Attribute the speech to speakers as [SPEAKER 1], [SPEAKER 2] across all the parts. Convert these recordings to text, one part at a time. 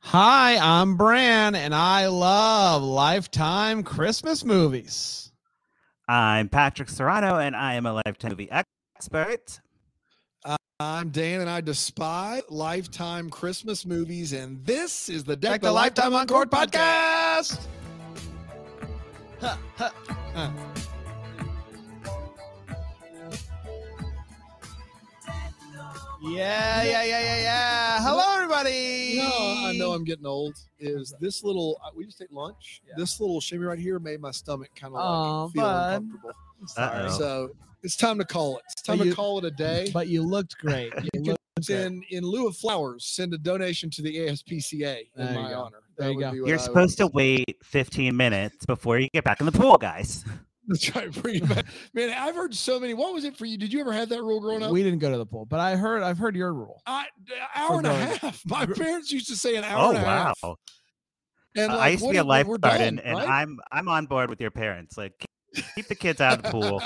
[SPEAKER 1] Hi, I'm Bran, and I love Lifetime Christmas movies.
[SPEAKER 2] I'm Patrick Serrano, and I am a lifetime movie expert.
[SPEAKER 3] I'm Dan, and I despise lifetime Christmas movies. And this is the
[SPEAKER 1] Like
[SPEAKER 3] Deck,
[SPEAKER 1] the Lifetime Encore podcast. Yeah, yeah, yeah, yeah, yeah. Hello, everybody.
[SPEAKER 3] You know, I know I'm getting old. Is this little? uh, We just ate lunch. This little shimmy right here made my stomach kind of
[SPEAKER 1] Aw,
[SPEAKER 3] like feel
[SPEAKER 1] bud.
[SPEAKER 3] uncomfortable.
[SPEAKER 2] Uh-oh.
[SPEAKER 3] So it's time to call it. It's time
[SPEAKER 1] But you-
[SPEAKER 3] to call it a day.
[SPEAKER 1] But you looked great. You
[SPEAKER 3] You
[SPEAKER 1] looked great.
[SPEAKER 3] in in lieu of flowers, send a donation to the ASPCA
[SPEAKER 1] There
[SPEAKER 3] in
[SPEAKER 1] you
[SPEAKER 3] my
[SPEAKER 1] go.
[SPEAKER 3] honor.
[SPEAKER 1] There you go.
[SPEAKER 3] be what I
[SPEAKER 2] You're
[SPEAKER 3] would-
[SPEAKER 2] supposed to wait 15 minutes before you get back in the pool, guys.
[SPEAKER 3] That's right. Bring it back. Man, I've heard so many. What was it for you? Did you ever have that rule growing up?
[SPEAKER 1] We didn't go to the pool, but I heard I've heard your rule.
[SPEAKER 3] I, an hour and a
[SPEAKER 1] growing up.
[SPEAKER 3] half. My parents used to say an hour
[SPEAKER 2] Oh
[SPEAKER 3] and a
[SPEAKER 2] wow!
[SPEAKER 3] half. And
[SPEAKER 2] Uh, I
[SPEAKER 3] like,
[SPEAKER 2] used to
[SPEAKER 3] what
[SPEAKER 2] be a
[SPEAKER 3] if- like, we're
[SPEAKER 2] lifeguard, and,
[SPEAKER 3] done,
[SPEAKER 2] and
[SPEAKER 3] right?
[SPEAKER 2] I'm I'm on board with your parents. Like, keep- keep the kids out of the pool.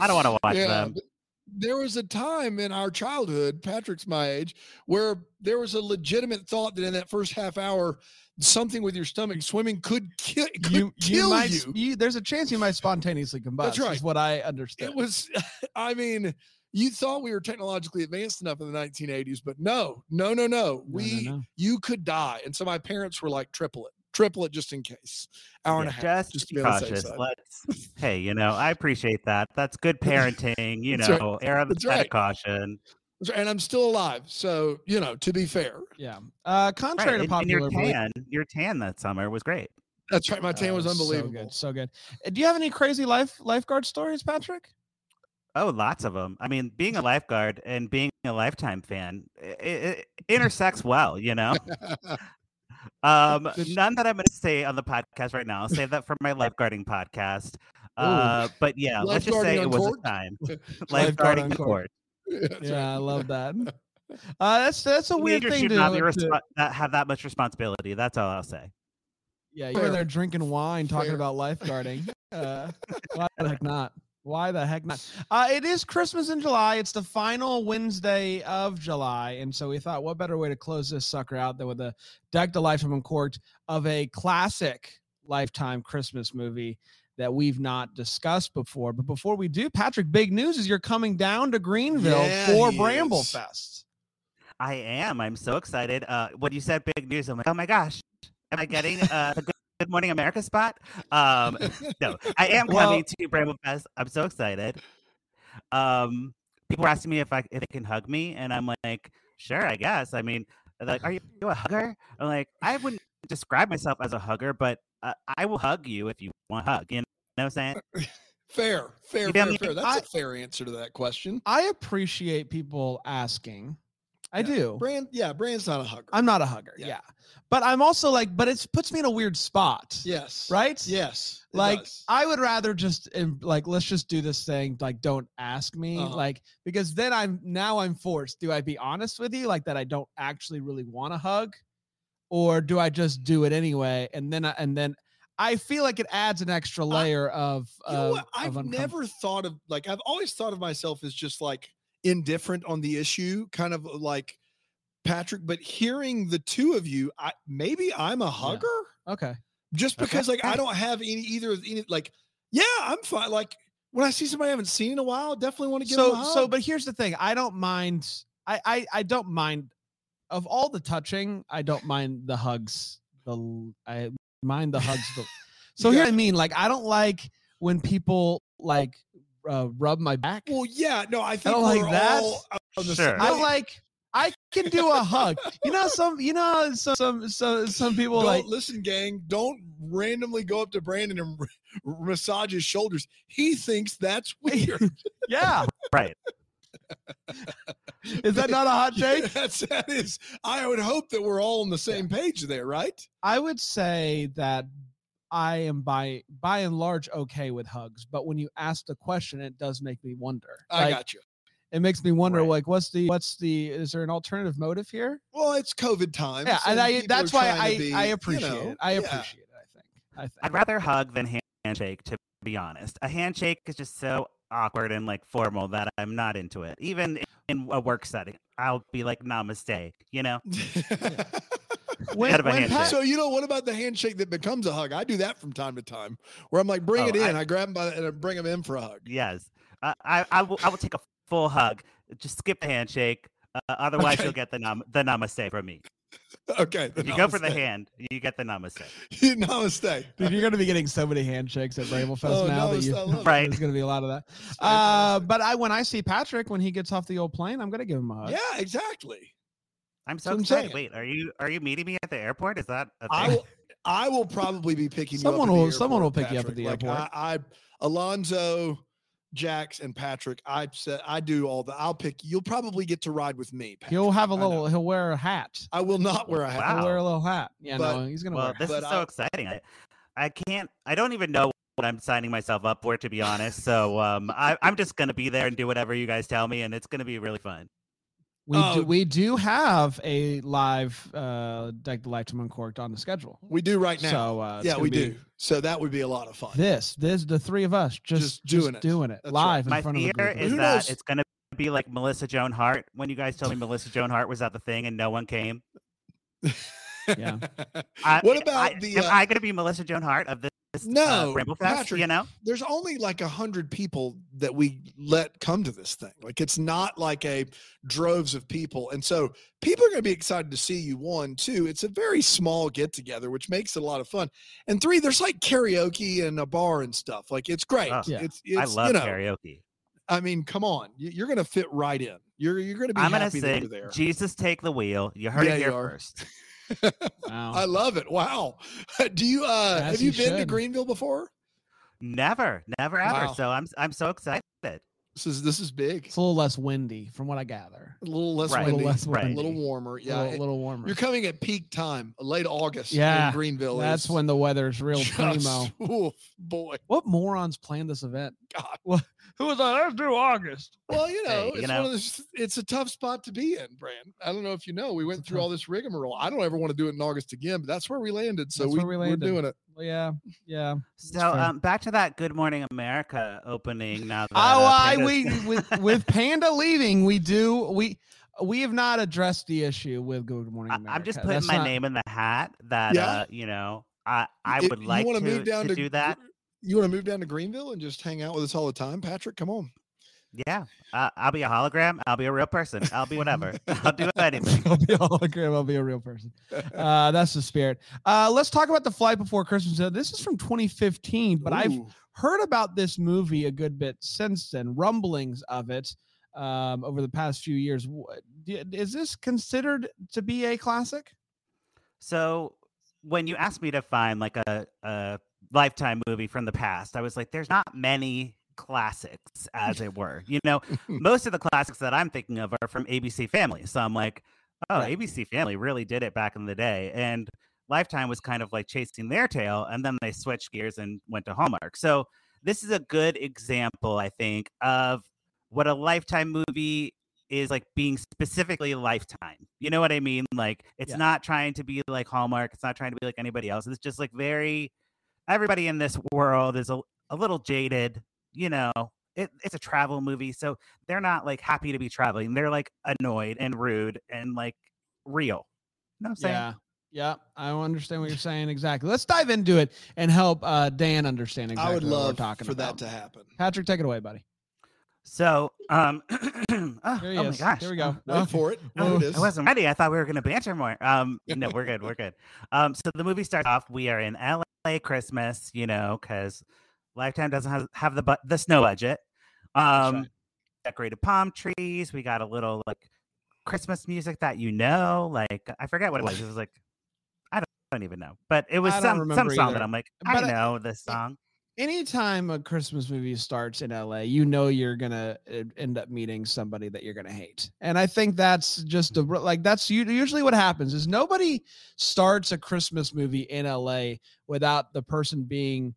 [SPEAKER 2] I don't want to watch them.
[SPEAKER 3] but There was a time in our childhood, Patrick's my age, where there was a legitimate thought that in that first half hour, something with your stomach swimming could, ki- could kill
[SPEAKER 1] might,
[SPEAKER 3] you.
[SPEAKER 1] s- There's a chance you might spontaneously combust. Is
[SPEAKER 3] right.
[SPEAKER 1] what I understood.
[SPEAKER 3] It was, I mean, you thought we were technologically advanced enough in the 1980s, but no, no,
[SPEAKER 1] No,
[SPEAKER 3] no, no.
[SPEAKER 1] no,
[SPEAKER 3] We,
[SPEAKER 1] no.
[SPEAKER 3] you could die. And so my parents were like, triple it, triple it just in case. Hour and a
[SPEAKER 2] Yeah,
[SPEAKER 3] half.
[SPEAKER 2] just,
[SPEAKER 3] just to
[SPEAKER 2] be
[SPEAKER 3] be on the safe
[SPEAKER 2] cautious.
[SPEAKER 3] side.
[SPEAKER 2] Let's. hey, you know, I appreciate that. That's good parenting. You
[SPEAKER 3] That's right.
[SPEAKER 2] know, air on the
[SPEAKER 3] That's
[SPEAKER 2] side of
[SPEAKER 3] right.
[SPEAKER 2] caution.
[SPEAKER 3] That's right, And I'm still alive. So, you know, to be fair,
[SPEAKER 1] Yeah. Uh,
[SPEAKER 2] Right.
[SPEAKER 1] contrary
[SPEAKER 2] And,
[SPEAKER 1] to
[SPEAKER 2] and
[SPEAKER 1] popular
[SPEAKER 2] your
[SPEAKER 1] belief,
[SPEAKER 2] tan, your tan that summer was great.
[SPEAKER 3] that's right. My tan
[SPEAKER 1] uh,
[SPEAKER 3] was unbelievable.
[SPEAKER 1] So good. So good. Uh, Do you have any crazy life lifeguard stories, Patrick?
[SPEAKER 2] Oh, lots of them. I mean, being a lifeguard and being a lifetime fan it, intersects well, you know. um,
[SPEAKER 1] Good sh-
[SPEAKER 2] none that I'm going to say on the podcast right now. I'll save that for my lifeguarding podcast. Uh, but yeah, let's just say
[SPEAKER 3] Lifeguarding
[SPEAKER 2] it
[SPEAKER 3] on
[SPEAKER 2] was
[SPEAKER 3] court?
[SPEAKER 2] a time
[SPEAKER 1] Lifeguard
[SPEAKER 2] lifeguarding
[SPEAKER 1] on
[SPEAKER 2] the
[SPEAKER 1] court.
[SPEAKER 2] court.
[SPEAKER 3] That's right.
[SPEAKER 1] yeah, I love that. Uh, that's that's a weird
[SPEAKER 2] Teenagers
[SPEAKER 1] thing
[SPEAKER 2] should
[SPEAKER 1] to,
[SPEAKER 2] not be
[SPEAKER 1] to-
[SPEAKER 2] respo- not have that much responsibility. That's all I'll say.
[SPEAKER 1] Yeah, you're
[SPEAKER 3] Fair.
[SPEAKER 1] there drinking wine, talking
[SPEAKER 3] Fair.
[SPEAKER 1] about lifeguarding. Uh, why the heck not? Why the heck not? Uh, it is Christmas in July. It's the final Wednesday of July, and so we thought, what better way to close this sucker out than with a deck the lifetime uncorked of a classic lifetime Christmas movie that we've not discussed before. But before we do, Patrick, big news is you're coming down to Greenville
[SPEAKER 3] Yeah,
[SPEAKER 1] for
[SPEAKER 3] he
[SPEAKER 1] Bramble
[SPEAKER 3] is.
[SPEAKER 1] Fest.
[SPEAKER 2] I am. I'm so excited. Uh, when you said big news, I'm like, oh my gosh, am I getting uh, the Good- Good Morning America spot? Um, no, I am
[SPEAKER 1] Well-
[SPEAKER 2] coming to Bramble Fest. I'm so excited. Um, people are asking me if I if they can hug me, and I'm like, sure, I guess. I mean, they're like, are you a hugger? I'm like, I wouldn't describe myself as a hugger, but uh, I will hug you if you want a hug. You know what I'm saying?
[SPEAKER 3] Fair, fair,
[SPEAKER 2] You
[SPEAKER 3] fair,
[SPEAKER 2] feel me?
[SPEAKER 3] fair. That's
[SPEAKER 1] I-
[SPEAKER 3] a fair answer to that question.
[SPEAKER 1] I appreciate people asking. I
[SPEAKER 3] Yeah,
[SPEAKER 1] do.
[SPEAKER 3] Oh. Brand, yeah, Brand's not a hugger.
[SPEAKER 1] I'm not a hugger. Yeah.
[SPEAKER 3] Yeah.
[SPEAKER 1] But I'm also like, but it puts me in a weird spot.
[SPEAKER 3] yes,
[SPEAKER 1] Right?
[SPEAKER 3] Yes, it
[SPEAKER 1] Like
[SPEAKER 3] does.
[SPEAKER 1] I would rather just um, like let's just do this thing. Like don't ask me.
[SPEAKER 3] Uh-huh.
[SPEAKER 1] Like because then I'm now I'm forced. Do I be honest with you? Like that I don't actually really want a hug, or do I just do it anyway? And then I, and then I feel like it adds an extra layer of.
[SPEAKER 3] you know
[SPEAKER 1] of-
[SPEAKER 3] what? I've
[SPEAKER 1] of uncom-
[SPEAKER 3] never thought of like I've always thought of myself as just like indifferent on the issue, kind of like Patrick. But hearing the two of you, I maybe I'm a hugger
[SPEAKER 1] Okay.
[SPEAKER 3] just
[SPEAKER 2] Okay.
[SPEAKER 3] because like I don't have any either of any like yeah, I'm fine. Like when I see somebody I haven't seen in a while, definitely want to give
[SPEAKER 1] so
[SPEAKER 3] them a hug.
[SPEAKER 1] so but here's the thing i don't mind I, I i don't mind of all the touching i don't mind the hugs the l- i mind the hugs the, so here i mean like i don't like when people like uh, rub my back
[SPEAKER 3] well, yeah, no, I think
[SPEAKER 1] don't
[SPEAKER 3] we're
[SPEAKER 1] like that.
[SPEAKER 3] all on the
[SPEAKER 2] Sure.
[SPEAKER 3] same-
[SPEAKER 1] i like i can do a hug you know some you know some some some, some people
[SPEAKER 3] don't
[SPEAKER 1] like
[SPEAKER 3] listen, gang. Don't randomly go up to Brandon and r- massage his shoulders. He thinks that's weird.
[SPEAKER 1] yeah
[SPEAKER 2] Right.
[SPEAKER 1] is that not a hot take
[SPEAKER 3] That's that is. I would hope that we're all on the same page there, right?
[SPEAKER 1] I would say that I am by by and large okay with hugs, but when you ask the question, it does make me wonder.
[SPEAKER 3] I
[SPEAKER 1] Like,
[SPEAKER 3] got you.
[SPEAKER 1] it makes me wonder,
[SPEAKER 2] Right.
[SPEAKER 1] like, what's the what's the is there an alternative motive here?
[SPEAKER 3] Well, it's COVID time.
[SPEAKER 1] Yeah,
[SPEAKER 3] so
[SPEAKER 1] and I
[SPEAKER 3] people are
[SPEAKER 1] that's why
[SPEAKER 3] trying to
[SPEAKER 1] I
[SPEAKER 3] be,
[SPEAKER 1] I
[SPEAKER 3] you
[SPEAKER 1] appreciate
[SPEAKER 3] know,
[SPEAKER 1] it. I
[SPEAKER 3] yeah.
[SPEAKER 1] appreciate it. I think. I
[SPEAKER 2] I'd
[SPEAKER 1] think.
[SPEAKER 2] rather hug than hand- handshake, to be honest. A handshake is just so awkward and like formal that I'm not into it. Even in a work setting, I'll be like namaste, you know?
[SPEAKER 1] When-
[SPEAKER 2] out of a
[SPEAKER 1] when
[SPEAKER 2] handshake.
[SPEAKER 1] Pat-
[SPEAKER 3] So you know what about the handshake that becomes a hug? I do that from time to time, where I'm like, bring
[SPEAKER 2] Oh,
[SPEAKER 3] it in.
[SPEAKER 2] I-
[SPEAKER 3] I, grab him by the, and I bring him in for a hug.
[SPEAKER 2] yes, uh, I I will I will take a full hug. Just skip the handshake. Uh, otherwise,
[SPEAKER 3] Okay.
[SPEAKER 2] you'll get the nam- the namaste from me.
[SPEAKER 3] Okay,
[SPEAKER 2] If you go for the hand, you get the namaste.
[SPEAKER 3] hand. namaste.
[SPEAKER 1] Dude, you're going to be getting so many handshakes at Bramble Fest
[SPEAKER 3] Oh,
[SPEAKER 1] now
[SPEAKER 3] no,
[SPEAKER 1] that you.
[SPEAKER 3] I love it.
[SPEAKER 2] Right.
[SPEAKER 1] There's going to be a lot of that.
[SPEAKER 3] It's
[SPEAKER 1] Uh,
[SPEAKER 3] fantastic.
[SPEAKER 1] but I, when I see Patrick when he gets off the old plane, I'm going to give him a hug.
[SPEAKER 3] yeah, exactly.
[SPEAKER 2] I'm so
[SPEAKER 3] That's what I'm
[SPEAKER 2] excited.
[SPEAKER 3] saying.
[SPEAKER 2] Wait, are you are you meeting me at the airport? Is that a
[SPEAKER 3] I
[SPEAKER 2] thing?
[SPEAKER 3] will. I will probably be picking
[SPEAKER 1] Someone
[SPEAKER 3] you up. at the
[SPEAKER 1] will- someone
[SPEAKER 3] airport,
[SPEAKER 1] will pick you up at
[SPEAKER 3] Patrick.
[SPEAKER 1] the
[SPEAKER 3] like,
[SPEAKER 1] airport.
[SPEAKER 3] I, I, Alonzo, Jax, and Patrick. I said I do all the. I'll pick. You'll probably get to ride with me. Patrick.
[SPEAKER 1] He'll have a
[SPEAKER 3] I know.
[SPEAKER 1] little. He'll wear a hat.
[SPEAKER 3] I will not wear a hat.
[SPEAKER 1] He'll
[SPEAKER 2] Wow.
[SPEAKER 1] wear a little hat. Yeah,
[SPEAKER 3] But-
[SPEAKER 1] no, he's gonna
[SPEAKER 2] Well,
[SPEAKER 1] wear. a
[SPEAKER 2] this
[SPEAKER 1] hat.
[SPEAKER 2] is
[SPEAKER 3] But
[SPEAKER 2] so
[SPEAKER 3] I-
[SPEAKER 2] exciting. I, I can't. I don't even know what I'm signing myself up for, to be honest. So um, I, I'm just gonna be there and do whatever you guys tell me, and it's gonna be really fun.
[SPEAKER 1] We
[SPEAKER 3] oh.
[SPEAKER 1] do. We do have a live uh, Deck the Lights Uncorked on the schedule.
[SPEAKER 3] We do right now.
[SPEAKER 1] So uh, it's
[SPEAKER 3] yeah,
[SPEAKER 1] gonna
[SPEAKER 3] we
[SPEAKER 1] be
[SPEAKER 3] do. So that would be a lot of fun.
[SPEAKER 1] This, this, the three of us just,
[SPEAKER 3] Just doing it. That's right.
[SPEAKER 1] live in
[SPEAKER 2] My
[SPEAKER 1] front of a
[SPEAKER 2] fear
[SPEAKER 1] group of
[SPEAKER 2] is
[SPEAKER 3] Who
[SPEAKER 1] people.
[SPEAKER 2] that
[SPEAKER 3] knows?
[SPEAKER 2] it's gonna be like Melissa Joan Hart. When you guys tell me Melissa Joan Hart was at the thing and no one came,
[SPEAKER 1] Yeah.
[SPEAKER 2] I,
[SPEAKER 3] What
[SPEAKER 2] I-
[SPEAKER 3] about
[SPEAKER 2] I-
[SPEAKER 3] the,
[SPEAKER 2] Am
[SPEAKER 3] uh,
[SPEAKER 2] I gonna be Melissa Joan Hart of this? this, uh,
[SPEAKER 3] No,
[SPEAKER 2] Bramble Fest,
[SPEAKER 3] Patrick,
[SPEAKER 2] you know.
[SPEAKER 3] There's only like a hundred people that we let come to this thing. Like it's not like a droves of people, and so people are going to be excited to see you. One, two, it's a very small get together, which makes it a lot of fun. And three, there's like karaoke and a bar and stuff. Like it's great.
[SPEAKER 2] Oh,
[SPEAKER 1] Yeah.
[SPEAKER 3] It's, it's
[SPEAKER 2] I love
[SPEAKER 3] you know,
[SPEAKER 2] karaoke.
[SPEAKER 3] I mean, come on, You- you're going to fit right in. You're you're going to be
[SPEAKER 2] I'm gonna
[SPEAKER 3] happy that
[SPEAKER 2] sing
[SPEAKER 3] you're there.
[SPEAKER 2] "Jesus Take the Wheel." You heard
[SPEAKER 3] Yeah,
[SPEAKER 2] it
[SPEAKER 3] you
[SPEAKER 2] here
[SPEAKER 3] are.
[SPEAKER 2] first.
[SPEAKER 1] Wow.
[SPEAKER 3] I love it. Wow. Do you uh
[SPEAKER 1] As
[SPEAKER 3] have
[SPEAKER 1] you
[SPEAKER 3] you been to
[SPEAKER 1] should.
[SPEAKER 3] Greenville before?
[SPEAKER 2] Never, never, ever.
[SPEAKER 3] Wow.
[SPEAKER 2] So I'm I'm so excited.
[SPEAKER 3] This is this is big.
[SPEAKER 1] it's a little less windy, from what I gather.
[SPEAKER 3] A little less
[SPEAKER 2] Right.
[SPEAKER 1] a little
[SPEAKER 3] windy,
[SPEAKER 1] less
[SPEAKER 2] right.
[SPEAKER 1] windy,
[SPEAKER 3] a little warmer.
[SPEAKER 1] a
[SPEAKER 3] Yeah. it-
[SPEAKER 1] little, little warmer.
[SPEAKER 3] You're coming at peak time, late August
[SPEAKER 1] Yeah,
[SPEAKER 3] in Greenville.
[SPEAKER 1] That's
[SPEAKER 3] is
[SPEAKER 1] when the weather's real primo.
[SPEAKER 3] just- oof, boy.
[SPEAKER 1] What morons planned this event?
[SPEAKER 3] God.
[SPEAKER 1] What, who was like, let's do August?
[SPEAKER 3] Well, you know,
[SPEAKER 2] Hey, you
[SPEAKER 3] it's
[SPEAKER 2] know.
[SPEAKER 3] one of those, it's a tough spot to be in, Brand. I don't know if you know. We went
[SPEAKER 1] a
[SPEAKER 3] through
[SPEAKER 1] tough-
[SPEAKER 3] all this rigmarole. I don't ever want to do it in August again, but that's where we landed. So
[SPEAKER 1] That's
[SPEAKER 3] we,
[SPEAKER 1] where we landed.
[SPEAKER 3] are doing it.
[SPEAKER 1] Well, yeah, yeah.
[SPEAKER 2] So
[SPEAKER 1] fair.
[SPEAKER 2] um, back to that Good Morning America opening. Now that
[SPEAKER 1] Oh,
[SPEAKER 2] uh,
[SPEAKER 1] I
[SPEAKER 2] Panda's-
[SPEAKER 1] we with, with Panda leaving, we do we we have not addressed the issue with Good Morning
[SPEAKER 2] I-
[SPEAKER 1] America.
[SPEAKER 2] I'm just putting
[SPEAKER 1] That's
[SPEAKER 2] my
[SPEAKER 1] not-
[SPEAKER 2] name in the hat that
[SPEAKER 3] Yeah.
[SPEAKER 2] uh, you know I I
[SPEAKER 3] If
[SPEAKER 2] would
[SPEAKER 3] you
[SPEAKER 2] like to,
[SPEAKER 3] wanna move
[SPEAKER 2] to,
[SPEAKER 3] down to
[SPEAKER 2] do that.
[SPEAKER 3] You want to move down to Greenville and just hang out with us all the time, Patrick? Come on.
[SPEAKER 2] Yeah, uh, I'll be a hologram. I'll be a real person. I'll be whatever. I'll do anything.
[SPEAKER 1] I'll be a hologram. I'll be a real person. Uh, that's the spirit. Uh, let's talk about the flight before Christmas. Now, This is from 2015, but I've
[SPEAKER 3] Ooh.
[SPEAKER 1] heard about this movie a good bit since then. Rumblings of it um, over the past few years. Wh- d- Is this considered to be a classic?
[SPEAKER 2] So when you asked me to find like a, a lifetime movie from the past, I was like, there's not many classics, as it were. You know, most of the classics that I'm thinking of are from ABC Family. So I'm like, oh,
[SPEAKER 1] Right.
[SPEAKER 2] ABC Family really did it back in the day. And Lifetime was kind of like chasing their tail, and then they switched gears and went to Hallmark. So this is a good example, I think, of what a lifetime movie is like being specifically lifetime. You know what I mean? Like it's
[SPEAKER 1] Yeah.
[SPEAKER 2] not trying to be like Hallmark, it's not trying to be like anybody else. It's just like very everybody in this world is a, a little jaded, you know. It, it's a travel movie, so they're not like happy to be traveling. They're like annoyed and rude and like real. You know what I'm saying?
[SPEAKER 1] Yeah. Yeah, I understand what you're saying exactly. Let's dive into it and help uh, Dan understand exactly
[SPEAKER 3] I would
[SPEAKER 1] what we're
[SPEAKER 3] love
[SPEAKER 1] talking
[SPEAKER 3] for
[SPEAKER 1] about.
[SPEAKER 3] that to happen.
[SPEAKER 1] Patrick, take it away, buddy.
[SPEAKER 2] So, um, oh,
[SPEAKER 1] Here he
[SPEAKER 2] oh my
[SPEAKER 1] is.
[SPEAKER 2] gosh,
[SPEAKER 1] Here we go.
[SPEAKER 2] um,
[SPEAKER 3] Wait
[SPEAKER 1] Okay.
[SPEAKER 3] for it. There
[SPEAKER 1] Oh,
[SPEAKER 3] it
[SPEAKER 1] I
[SPEAKER 3] is.
[SPEAKER 2] I wasn't ready. I thought we were going to banter more. Um, no, we're good. We're good. Um, so the movie starts off. We are in LA Christmas, you know, because Lifetime doesn't have, have the bu- the snow budget.
[SPEAKER 1] That's
[SPEAKER 2] Um,
[SPEAKER 1] right.
[SPEAKER 2] Decorated palm trees. We got a little like Christmas music that you know. Like I forget what it was. It was like I don't, I don't even know, but it was
[SPEAKER 1] I don't
[SPEAKER 2] some some
[SPEAKER 1] remember
[SPEAKER 2] song
[SPEAKER 1] either.
[SPEAKER 2] that I'm like
[SPEAKER 1] But
[SPEAKER 2] I
[SPEAKER 1] I-
[SPEAKER 2] know this song.
[SPEAKER 1] anytime a Christmas movie starts in LA, you know you're gonna uh, end up meeting somebody that you're gonna hate, and I think that's just a re- like that's u- usually what happens is nobody starts a Christmas movie in LA without the person being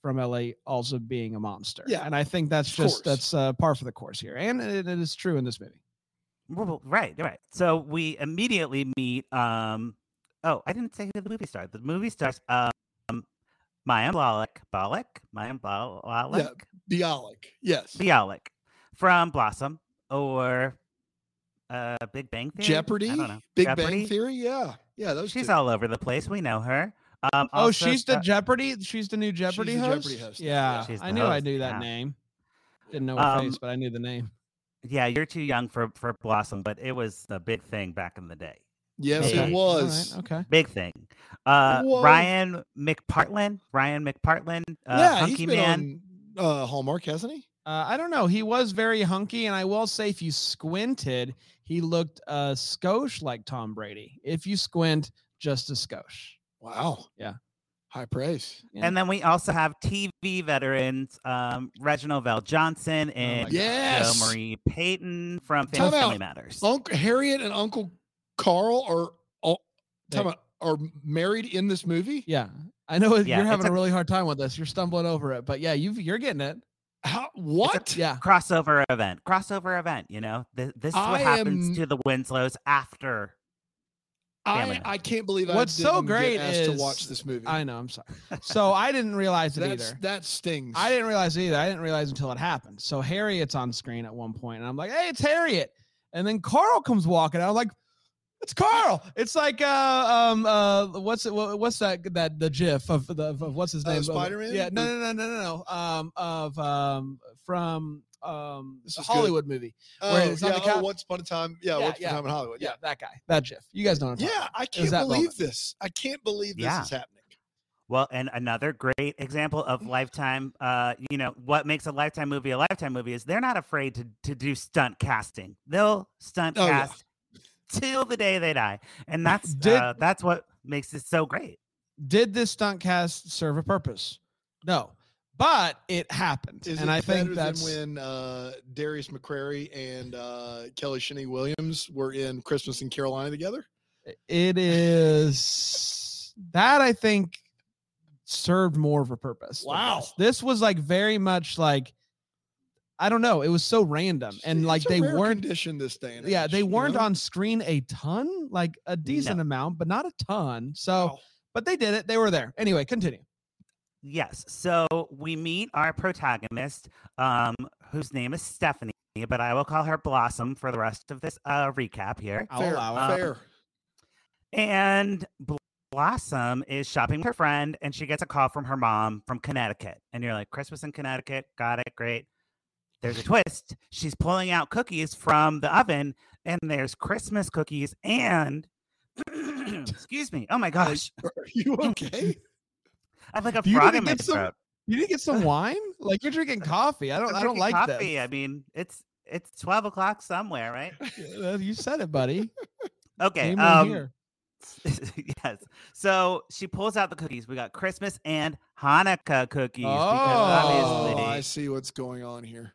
[SPEAKER 1] from LA also being a monster.
[SPEAKER 3] Yeah,
[SPEAKER 1] and I think that's
[SPEAKER 3] of
[SPEAKER 1] just
[SPEAKER 3] course.
[SPEAKER 1] that's uh, par for the course here, and it, it is true in this movie.
[SPEAKER 2] Well, well, Right, right. So we immediately meet. Um, oh, I didn't say who the movie starts. The movie starts. Um, Mayim Bialik, Bialik, Mayim Bialik,
[SPEAKER 3] Bialik. Yes.
[SPEAKER 2] Bialik, from Blossom or uh, Big Bang Theory. I
[SPEAKER 3] Jeopardy.
[SPEAKER 2] don't know.
[SPEAKER 3] Big
[SPEAKER 2] Jeopardy?
[SPEAKER 3] Bang Theory. Yeah. yeah, those
[SPEAKER 2] She's
[SPEAKER 3] two.
[SPEAKER 2] all over the place. We know her. Um,
[SPEAKER 1] Oh,
[SPEAKER 2] also
[SPEAKER 1] she's the
[SPEAKER 2] Scar-
[SPEAKER 1] Jeopardy. She's the new Jeopardy
[SPEAKER 3] the
[SPEAKER 1] host.
[SPEAKER 3] Jeopardy host now, yeah.
[SPEAKER 1] Yeah,
[SPEAKER 2] She's
[SPEAKER 1] I
[SPEAKER 2] the
[SPEAKER 1] knew I
[SPEAKER 2] host
[SPEAKER 1] knew that
[SPEAKER 2] now.
[SPEAKER 1] name. Didn't know her
[SPEAKER 2] Um,
[SPEAKER 1] face, but I knew the name.
[SPEAKER 2] yeah. You're too young for for Blossom, but it was a big thing back in the day.
[SPEAKER 3] Yes,
[SPEAKER 2] Okay. All
[SPEAKER 3] it
[SPEAKER 2] right,
[SPEAKER 1] All right,
[SPEAKER 3] was.
[SPEAKER 1] okay.
[SPEAKER 2] Big thing. Uh,
[SPEAKER 3] Whoa.
[SPEAKER 2] Ryan McPartland. Ryan McPartland. Uh,
[SPEAKER 3] yeah, he's
[SPEAKER 2] hunky
[SPEAKER 3] been
[SPEAKER 2] man.
[SPEAKER 3] on uh, Hallmark, hasn't he?
[SPEAKER 1] Uh, I don't know. He was very hunky, and I will say, if you squinted, he looked uh, skosh like Tom Brady. If you squint, just a skosh.
[SPEAKER 3] Wow.
[SPEAKER 1] Yeah.
[SPEAKER 3] High praise.
[SPEAKER 1] Yeah.
[SPEAKER 2] And then we also have TV veterans um, Reginald Val Johnson and
[SPEAKER 1] God.
[SPEAKER 3] Yes.
[SPEAKER 2] Joe Marie Payton from
[SPEAKER 3] Time
[SPEAKER 2] Family,
[SPEAKER 3] out. Oh.
[SPEAKER 2] Matters.
[SPEAKER 3] Uncle Harriet and Uncle Carl are all
[SPEAKER 1] They-
[SPEAKER 3] time out, are married in this movie.
[SPEAKER 1] Yeah, I know
[SPEAKER 2] Yeah,
[SPEAKER 1] you're
[SPEAKER 2] it
[SPEAKER 1] having a
[SPEAKER 2] took-
[SPEAKER 1] really hard time with this. You're stumbling over it, but yeah, you've you're getting it.
[SPEAKER 3] How, what?
[SPEAKER 1] Yeah,
[SPEAKER 2] Crossover event. Crossover event. You know, Th- this is
[SPEAKER 3] I
[SPEAKER 2] what happens
[SPEAKER 3] am-
[SPEAKER 2] to the Winslows after. Damn
[SPEAKER 3] I,
[SPEAKER 2] it.
[SPEAKER 3] I can't believe
[SPEAKER 1] What's
[SPEAKER 3] I
[SPEAKER 1] so
[SPEAKER 3] didn't
[SPEAKER 1] great
[SPEAKER 3] get asked to
[SPEAKER 1] is
[SPEAKER 3] watch this movie.
[SPEAKER 1] I know. I'm sorry. So I didn't realize it
[SPEAKER 3] That's,
[SPEAKER 1] either.
[SPEAKER 3] that stings.
[SPEAKER 1] I didn't realize it either. I didn't realize until it happened. So Harriet's on screen at one point, and I'm like, "Hey, it's Harriet!" And then Carl comes walking. out. I'm like, "It's Carl!" It's like, uh, um, uh, what's it? wha- What's that? That the GIF of the of, of what's his
[SPEAKER 3] Uh,
[SPEAKER 1] name? Of-
[SPEAKER 3] Spider-Man?
[SPEAKER 1] Yeah, no, no, no, no, no, no. Um, of um from um
[SPEAKER 3] This
[SPEAKER 1] the
[SPEAKER 3] is good.
[SPEAKER 1] Hollywood movie.
[SPEAKER 3] Oh,
[SPEAKER 1] where it's on
[SPEAKER 3] yeah,
[SPEAKER 1] the couch.
[SPEAKER 3] oh, once upon a time. Yeah,
[SPEAKER 1] Yeah,
[SPEAKER 3] once upon a
[SPEAKER 1] yeah.
[SPEAKER 3] time in Hollywood.
[SPEAKER 1] Yeah,
[SPEAKER 3] Yeah.
[SPEAKER 1] that guy, that GIF. You guys know. What I'm talking
[SPEAKER 3] Yeah, I can't
[SPEAKER 1] that
[SPEAKER 3] believe
[SPEAKER 1] moment.
[SPEAKER 3] this. I can't believe this
[SPEAKER 2] Yeah.
[SPEAKER 3] is happening.
[SPEAKER 2] Well, and another great example
[SPEAKER 3] Mm.
[SPEAKER 2] of lifetime. Uh, you know what makes a lifetime movie a lifetime movie is they're not afraid to to do stunt casting. They'll stunt
[SPEAKER 3] Oh, yeah.
[SPEAKER 2] cast till the day they die, and that's
[SPEAKER 1] Did-
[SPEAKER 2] uh, that's what makes it so great.
[SPEAKER 1] did this stunt cast serve a purpose? No, but it happened,
[SPEAKER 3] Is
[SPEAKER 1] and
[SPEAKER 3] it
[SPEAKER 1] I think
[SPEAKER 3] better
[SPEAKER 1] that's
[SPEAKER 3] than when uh, Darius McCrary and uh, Kelly Shinney Williams were in Christmas in Carolina together?
[SPEAKER 1] it is that I think served more of a purpose. than
[SPEAKER 3] Wow.
[SPEAKER 1] this. this was like very much like I don't know. It was so random, Um, and
[SPEAKER 3] It's
[SPEAKER 1] like
[SPEAKER 3] a
[SPEAKER 1] they
[SPEAKER 3] rare
[SPEAKER 1] weren't.
[SPEAKER 3] condition this day. And
[SPEAKER 1] Yeah,
[SPEAKER 3] age,
[SPEAKER 1] they
[SPEAKER 3] you
[SPEAKER 1] weren't
[SPEAKER 3] know?
[SPEAKER 1] on screen a ton, like a decent amount, but not a ton. So,
[SPEAKER 3] Wow.
[SPEAKER 1] but they did it. They were there. Anyway, continue.
[SPEAKER 2] Yes. So we meet our protagonist, um, whose name is Stephanie, but I will call her Blossom for the rest of this uh, recap here.
[SPEAKER 1] I'll
[SPEAKER 3] fair,
[SPEAKER 1] allow it.
[SPEAKER 3] fair.
[SPEAKER 2] And Bl- Blossom is shopping with her friend, and she gets a call from her mom from Connecticut. And you're like, Christmas in Connecticut. Got it. Great. There's a twist. She's pulling out cookies from the oven, and there's Christmas cookies and. Excuse me. Oh my gosh.
[SPEAKER 3] Are you okay?
[SPEAKER 2] I have like a
[SPEAKER 1] Do you
[SPEAKER 2] frog
[SPEAKER 1] need to
[SPEAKER 2] in my
[SPEAKER 1] get some-
[SPEAKER 2] throat.
[SPEAKER 1] You didn't get some wine? Like you're drinking coffee. I don't.
[SPEAKER 2] I'm
[SPEAKER 1] I don't
[SPEAKER 2] drinking
[SPEAKER 1] like that.
[SPEAKER 2] coffee. I mean, it's it's twelve o'clock somewhere, right?
[SPEAKER 1] Yeah, you said it, buddy.
[SPEAKER 2] Okay.
[SPEAKER 1] Name right
[SPEAKER 2] Um,
[SPEAKER 1] here.
[SPEAKER 2] yes. So she pulls out the cookies. We got Christmas and Hanukkah cookies
[SPEAKER 1] Oh,
[SPEAKER 2] because
[SPEAKER 3] oh, I
[SPEAKER 2] obviously
[SPEAKER 3] see what's going on here.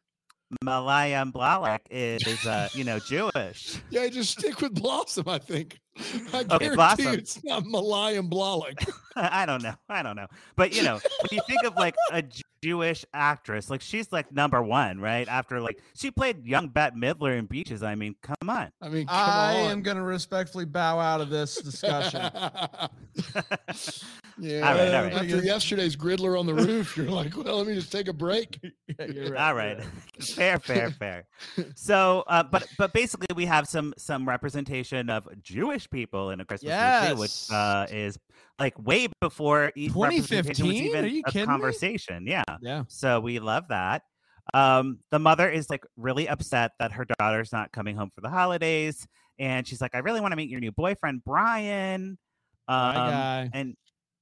[SPEAKER 2] Malaya Blahnik is, uh, you know, Jewish.
[SPEAKER 3] Yeah, just stick with Blossom, I think. I guarantee
[SPEAKER 2] Okay,
[SPEAKER 3] you
[SPEAKER 2] Blossom.
[SPEAKER 3] it's not Malaya and Blahnik.
[SPEAKER 2] I don't know. I don't know. But you know, when you think of like a Ju- Jewish actress, like she's like number one, right? After like she played young Bette Midler in Beaches. I mean, come on.
[SPEAKER 3] I mean, come
[SPEAKER 1] I
[SPEAKER 3] on.
[SPEAKER 1] am going to respectfully bow out of this discussion.
[SPEAKER 3] yeah.
[SPEAKER 2] All right, all right.
[SPEAKER 3] After yesterday's Griddler on the roof, you're like, well, let me just take a break.
[SPEAKER 1] You're
[SPEAKER 2] All right, fair, fair, fair. So, uh, but but basically, we have some some representation of Jewish people in a Christmas movie, which
[SPEAKER 1] Yes.
[SPEAKER 2] uh, is like way before e- representation was
[SPEAKER 1] 2015?
[SPEAKER 2] even
[SPEAKER 1] Are you
[SPEAKER 2] a
[SPEAKER 1] kidding me?
[SPEAKER 2] conversation. Yeah,
[SPEAKER 1] Yeah.
[SPEAKER 2] so we love that. Um, the mother is like really upset that her daughter's not coming home for the holidays, and she's like, "I really want to meet your new boyfriend, Brian."
[SPEAKER 1] My
[SPEAKER 2] Um,
[SPEAKER 1] guy.
[SPEAKER 2] and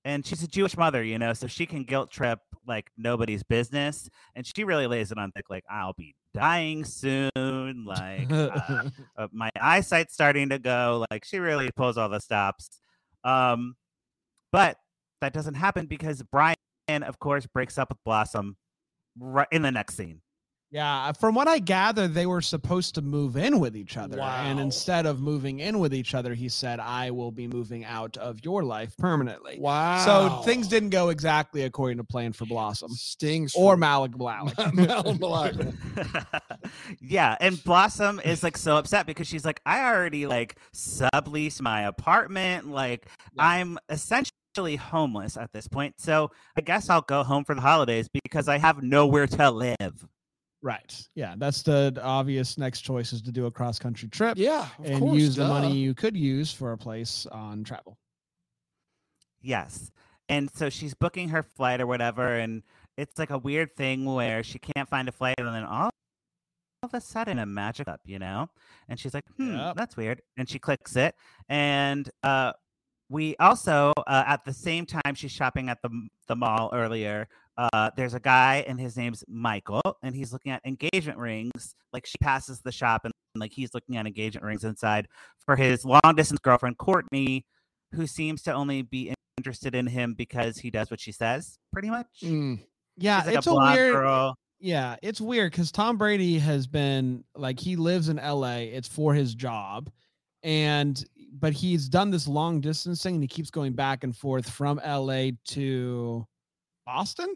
[SPEAKER 2] and she's a Jewish mother, you know, so she can guilt trip like nobody's business, and she really lays it on thick, like I'll be dying soon, like uh, uh, my eyesight's starting to go, like she really pulls all the stops, um, but that doesn't happen because Brian, of course, breaks up with Blossom right in the next scene.
[SPEAKER 1] yeah. uh, From what I gather, they were supposed to move in with each other. And
[SPEAKER 3] Wow.
[SPEAKER 1] instead of moving in with each other, he said, I will be moving out of your life permanently.
[SPEAKER 3] Wow.
[SPEAKER 1] So things didn't go exactly according to plan for Blossom
[SPEAKER 3] stings
[SPEAKER 1] or
[SPEAKER 3] for
[SPEAKER 1] Malik Blalock.
[SPEAKER 3] Mal- Malaya.
[SPEAKER 2] yeah, and Blossom is like so upset because she's like, I already like subleased my apartment. Like,
[SPEAKER 1] Yeah.
[SPEAKER 2] I'm essentially homeless at this point. So I guess I'll go home for the holidays because I have nowhere to live.
[SPEAKER 1] Right. Yeah. That's the obvious next choice is to do a cross country trip
[SPEAKER 3] Yeah, of
[SPEAKER 1] and
[SPEAKER 3] course,
[SPEAKER 1] use the
[SPEAKER 3] duh.
[SPEAKER 1] money you could use for a place on travel.
[SPEAKER 2] Yes. And so she's booking her flight or whatever, and it's like a weird thing where she can't find a flight, and then all, all of a sudden a magic up, you know? And she's like, hmm,
[SPEAKER 1] Yep.
[SPEAKER 2] that's weird. And she clicks it. And uh, we also, uh, at the same time she's shopping at the, m- the mall earlier, uh, there's a guy, and his name's Michael, and he's looking at engagement rings. Like she passes the shop, and like he's looking at engagement rings inside for his long distance girlfriend, Courtney, who seems to only be interested in him because he does what she says, pretty much. She's
[SPEAKER 1] Hmm,
[SPEAKER 3] Mm,
[SPEAKER 1] Yeah,
[SPEAKER 2] like
[SPEAKER 1] it's
[SPEAKER 2] a
[SPEAKER 1] a,
[SPEAKER 2] blonde
[SPEAKER 1] weird.
[SPEAKER 2] girl.
[SPEAKER 1] Yeah, it's weird because Tom Brady has been like he lives in LA. It's for his job, and but he's done this long distance thing, and he keeps going back and forth from LA to Boston,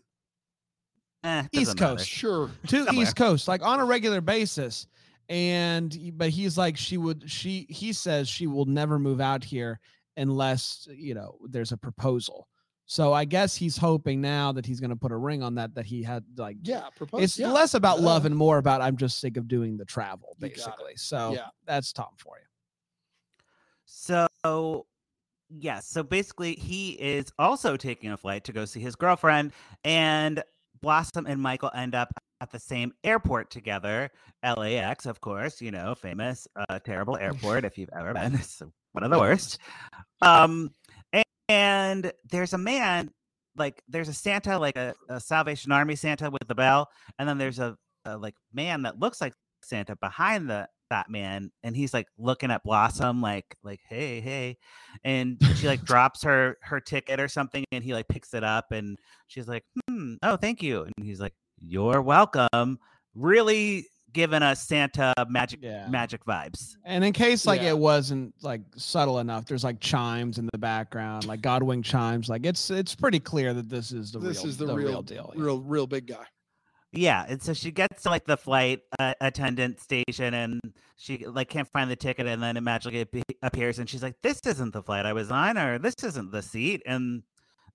[SPEAKER 2] Eh,
[SPEAKER 1] East
[SPEAKER 2] doesn't matter.
[SPEAKER 1] Coast.
[SPEAKER 3] sure.
[SPEAKER 1] to
[SPEAKER 2] Somewhere.
[SPEAKER 1] East Coast, like on a regular basis. And he- but he's like she would she he says she will never move out here unless you know there's a proposal. So I guess he's hoping now that he's going to put a ring on that that he had like
[SPEAKER 3] Yeah, propose.
[SPEAKER 1] it's
[SPEAKER 3] yeah. Uh,
[SPEAKER 1] less about love
[SPEAKER 3] duh.
[SPEAKER 1] and more about I'm just sick of doing the travel,
[SPEAKER 3] You got it.
[SPEAKER 1] basically. So
[SPEAKER 3] Yeah.
[SPEAKER 1] that's Tom for you.
[SPEAKER 2] So, yes. So basically, he is also taking a flight to go see his girlfriend, and Blossom and Michael end up at the same airport together. LAX, of course, you know, famous, uh, terrible airport if you've ever been. It's one of the worst. Um, a- and, there's a man, like, there's a Santa, like a, a Salvation Army Santa with the bell, and then there's a, a like man that looks like Santa behind the that man, and he's like looking at Blossom, like like hey hey, and she like drops her her ticket or something, and he like picks it up, and she's like hmm oh thank you, and he's like you're welcome, really giving us Santa magic
[SPEAKER 1] Yeah.
[SPEAKER 2] magic vibes.
[SPEAKER 1] And in case like
[SPEAKER 3] Yeah.
[SPEAKER 1] it wasn't like subtle enough, there's like chimes in the background, like Godwin chimes. Like it's it's pretty clear that this is the
[SPEAKER 3] This
[SPEAKER 1] real,
[SPEAKER 3] is the, real,
[SPEAKER 1] deal. yeah.
[SPEAKER 3] Real, real big guy.
[SPEAKER 2] Yeah, and so she gets to like the flight uh, attendant station, and she like can't find the ticket, and then it magically appe- appears, and she's like, "This isn't the flight I was on, or this isn't the seat," and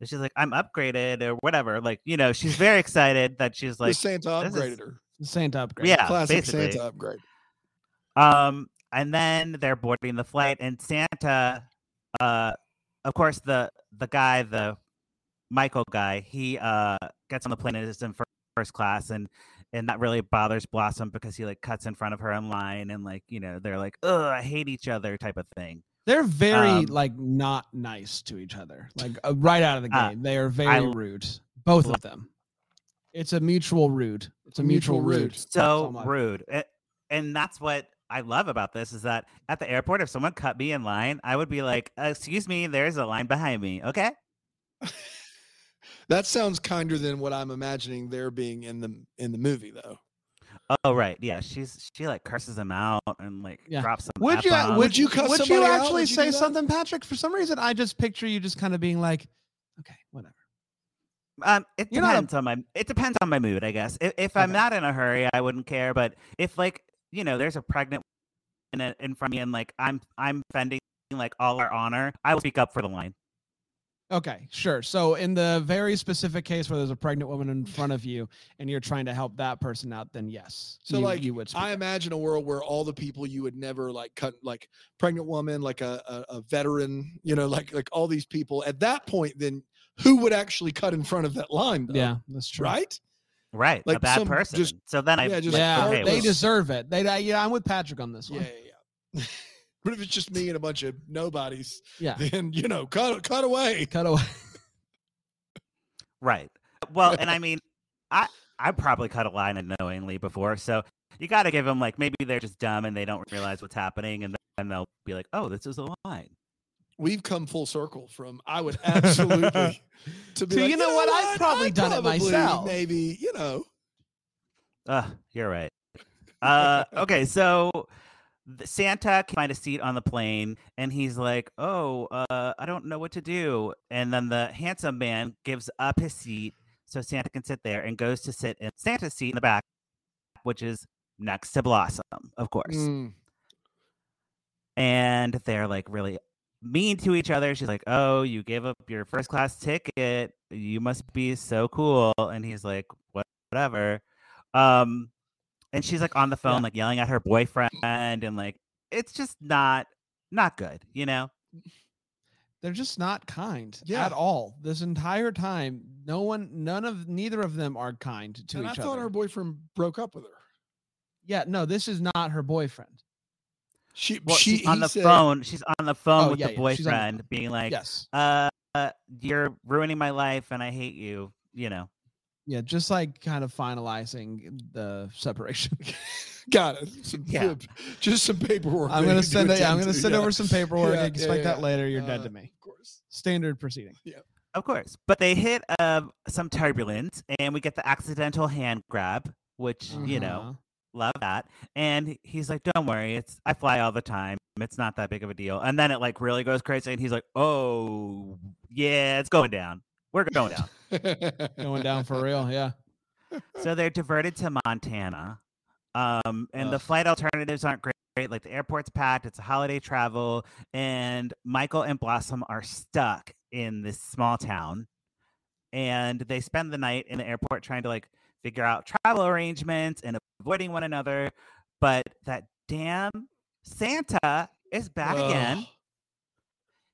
[SPEAKER 2] she's like, "I'm upgraded, or whatever." Like, you know, she's very excited that she's
[SPEAKER 3] The
[SPEAKER 2] like,
[SPEAKER 3] Santa
[SPEAKER 2] this is-
[SPEAKER 3] upgraded her.
[SPEAKER 1] Santa upgrade.
[SPEAKER 2] "Yeah,
[SPEAKER 3] Classic
[SPEAKER 2] basically.
[SPEAKER 3] Santa upgrade.
[SPEAKER 2] Um, and then they're boarding the flight, and Santa, uh, of course, the the guy, the Michael guy, he uh gets on the plane and is in fir- first class, and and that really bothers Blossom because he like cuts in front of her in line, and like you know they're like, oh, I hate each other type of thing.
[SPEAKER 1] They're very
[SPEAKER 2] Um,
[SPEAKER 1] like not nice to each other. Like uh, right out of the
[SPEAKER 2] Uh,
[SPEAKER 1] game, they are very
[SPEAKER 2] l-
[SPEAKER 1] rude, both of them. It's a mutual rude. It's a mutual,
[SPEAKER 3] Mutual
[SPEAKER 1] rude.
[SPEAKER 3] rude.
[SPEAKER 2] so
[SPEAKER 1] much.
[SPEAKER 2] rude A- and that's what i love about this is that at the airport if someone cut me in line i would be like excuse me there's a line behind me okay
[SPEAKER 3] That sounds kinder than what I'm imagining there being in the in the movie, though.
[SPEAKER 2] oh right yeah she's she like curses him out and like
[SPEAKER 1] Yeah.
[SPEAKER 2] drops some
[SPEAKER 1] Would you
[SPEAKER 2] F-bombs.
[SPEAKER 1] would you
[SPEAKER 3] you cuss
[SPEAKER 1] would you
[SPEAKER 3] somebody out?
[SPEAKER 1] actually
[SPEAKER 3] Would you
[SPEAKER 1] say
[SPEAKER 3] do that?
[SPEAKER 1] something, Patrick? For some reason, I just picture you just kind of being like, okay, whatever.
[SPEAKER 2] um it
[SPEAKER 1] you're not a-
[SPEAKER 2] depends on my it depends on my mood i guess if, if i'm
[SPEAKER 1] Okay.
[SPEAKER 2] not in a hurry i wouldn't care but if like you know there's a pregnant woman in in front of me and like i'm i'm fending like all our honor i will speak up for the line
[SPEAKER 1] Okay, sure. So in the very specific case where there's a pregnant woman in front of you and you're trying to help that person out, then yes,
[SPEAKER 3] So,
[SPEAKER 1] you,
[SPEAKER 3] like,
[SPEAKER 1] you would. Speak.
[SPEAKER 3] I imagine a world where all the people you would never like cut, like pregnant woman, like a, a, a veteran, you know, like like all these people. At that point, then who would actually cut in front of that line? Though,
[SPEAKER 1] yeah, Oh, that's true.
[SPEAKER 3] Right.
[SPEAKER 2] right a
[SPEAKER 3] Like
[SPEAKER 2] bad
[SPEAKER 3] some just-
[SPEAKER 2] person so then i
[SPEAKER 3] yeah, just
[SPEAKER 1] yeah,
[SPEAKER 2] okay,
[SPEAKER 1] they
[SPEAKER 2] well-
[SPEAKER 1] deserve it. They, I- yeah, I'm with Patrick on this
[SPEAKER 3] Yeah.
[SPEAKER 1] one.
[SPEAKER 3] Yeah. yeah. but if it's just me and a bunch of nobodies,
[SPEAKER 1] Yeah,
[SPEAKER 3] then you know, cut cut away.
[SPEAKER 1] cut away.
[SPEAKER 2] Right. Well, and I mean, I I probably cut a line unknowingly before, so you got to give them like maybe they're just dumb and they don't realize what's happening, and then they'll be like, "Oh, this is a line."
[SPEAKER 3] We've come full circle from I would absolutely to be
[SPEAKER 1] So
[SPEAKER 3] like,
[SPEAKER 1] you know what? I've probably done it
[SPEAKER 3] probably
[SPEAKER 1] myself."
[SPEAKER 3] Maybe you know.
[SPEAKER 2] Ugh, you're right. Uh, okay, so th- Santa can find a seat on the plane, and he's like, "Oh, uh, I don't know what to do." And then the handsome man gives up his seat so Santa can sit there, and goes to sit in Santa's seat in the back, which is next to Blossom, of course.
[SPEAKER 3] Mm.
[SPEAKER 2] and they're like really mean to each other. She's like, "Oh, you gave up your first class ticket. You must be so cool." And he's like, "What- "Whatever." Um, and she's like on the phone,
[SPEAKER 1] Yeah.
[SPEAKER 2] like yelling at her boyfriend, and like it's just not not good, you know.
[SPEAKER 1] They're just not kind
[SPEAKER 3] Yeah.
[SPEAKER 1] at all. This entire time, no one, none of, neither of them are kind to
[SPEAKER 3] and I
[SPEAKER 1] each
[SPEAKER 3] thought
[SPEAKER 1] other.
[SPEAKER 3] her boyfriend broke up with her.
[SPEAKER 1] yeah, no, this is not her boyfriend.
[SPEAKER 3] She
[SPEAKER 2] Well,
[SPEAKER 3] she
[SPEAKER 2] she's on
[SPEAKER 3] he
[SPEAKER 2] the
[SPEAKER 3] said-
[SPEAKER 2] phone. She's on the phone
[SPEAKER 1] Oh,
[SPEAKER 2] with
[SPEAKER 1] yeah,
[SPEAKER 2] the
[SPEAKER 1] yeah, she's on the
[SPEAKER 2] boyfriend, being like,
[SPEAKER 1] yes.
[SPEAKER 2] uh, uh, "You're ruining my life, and I hate you." You know.
[SPEAKER 1] Yeah, just like kind of finalizing the separation.
[SPEAKER 3] Got it. Some
[SPEAKER 2] Yeah.
[SPEAKER 3] flip- just some paperwork.
[SPEAKER 1] I'm
[SPEAKER 3] they
[SPEAKER 1] gonna
[SPEAKER 3] need to
[SPEAKER 1] send it, I'm
[SPEAKER 3] attend
[SPEAKER 1] gonna
[SPEAKER 3] to,
[SPEAKER 1] send
[SPEAKER 3] yeah.
[SPEAKER 1] over some paperwork.
[SPEAKER 3] Yeah, yeah,
[SPEAKER 1] expect that
[SPEAKER 3] yeah.
[SPEAKER 1] later. You're dead
[SPEAKER 3] Uh,
[SPEAKER 1] to me.
[SPEAKER 3] Of course.
[SPEAKER 1] Standard proceeding.
[SPEAKER 2] Of course. But they hit uh, some turbulence and we get the accidental hand grab, which,
[SPEAKER 3] Uh-huh.
[SPEAKER 2] you know, love that. And he's like, Don't worry, it's I fly all the time. It's not that big of a deal. And then it like really goes crazy and he's like, Oh yeah, it's going down. We're going down.
[SPEAKER 1] going down for real. Yeah.
[SPEAKER 2] so they're diverted to Montana. Um, and the
[SPEAKER 1] Ugh.
[SPEAKER 2] flight alternatives aren't great. Like the airport's packed, it's a holiday travel, and Michael and Blossom are stuck in this small town. And they spend the night in the airport trying to like figure out travel arrangements and avoiding one another. But that damn Santa is back again
[SPEAKER 3] Ugh.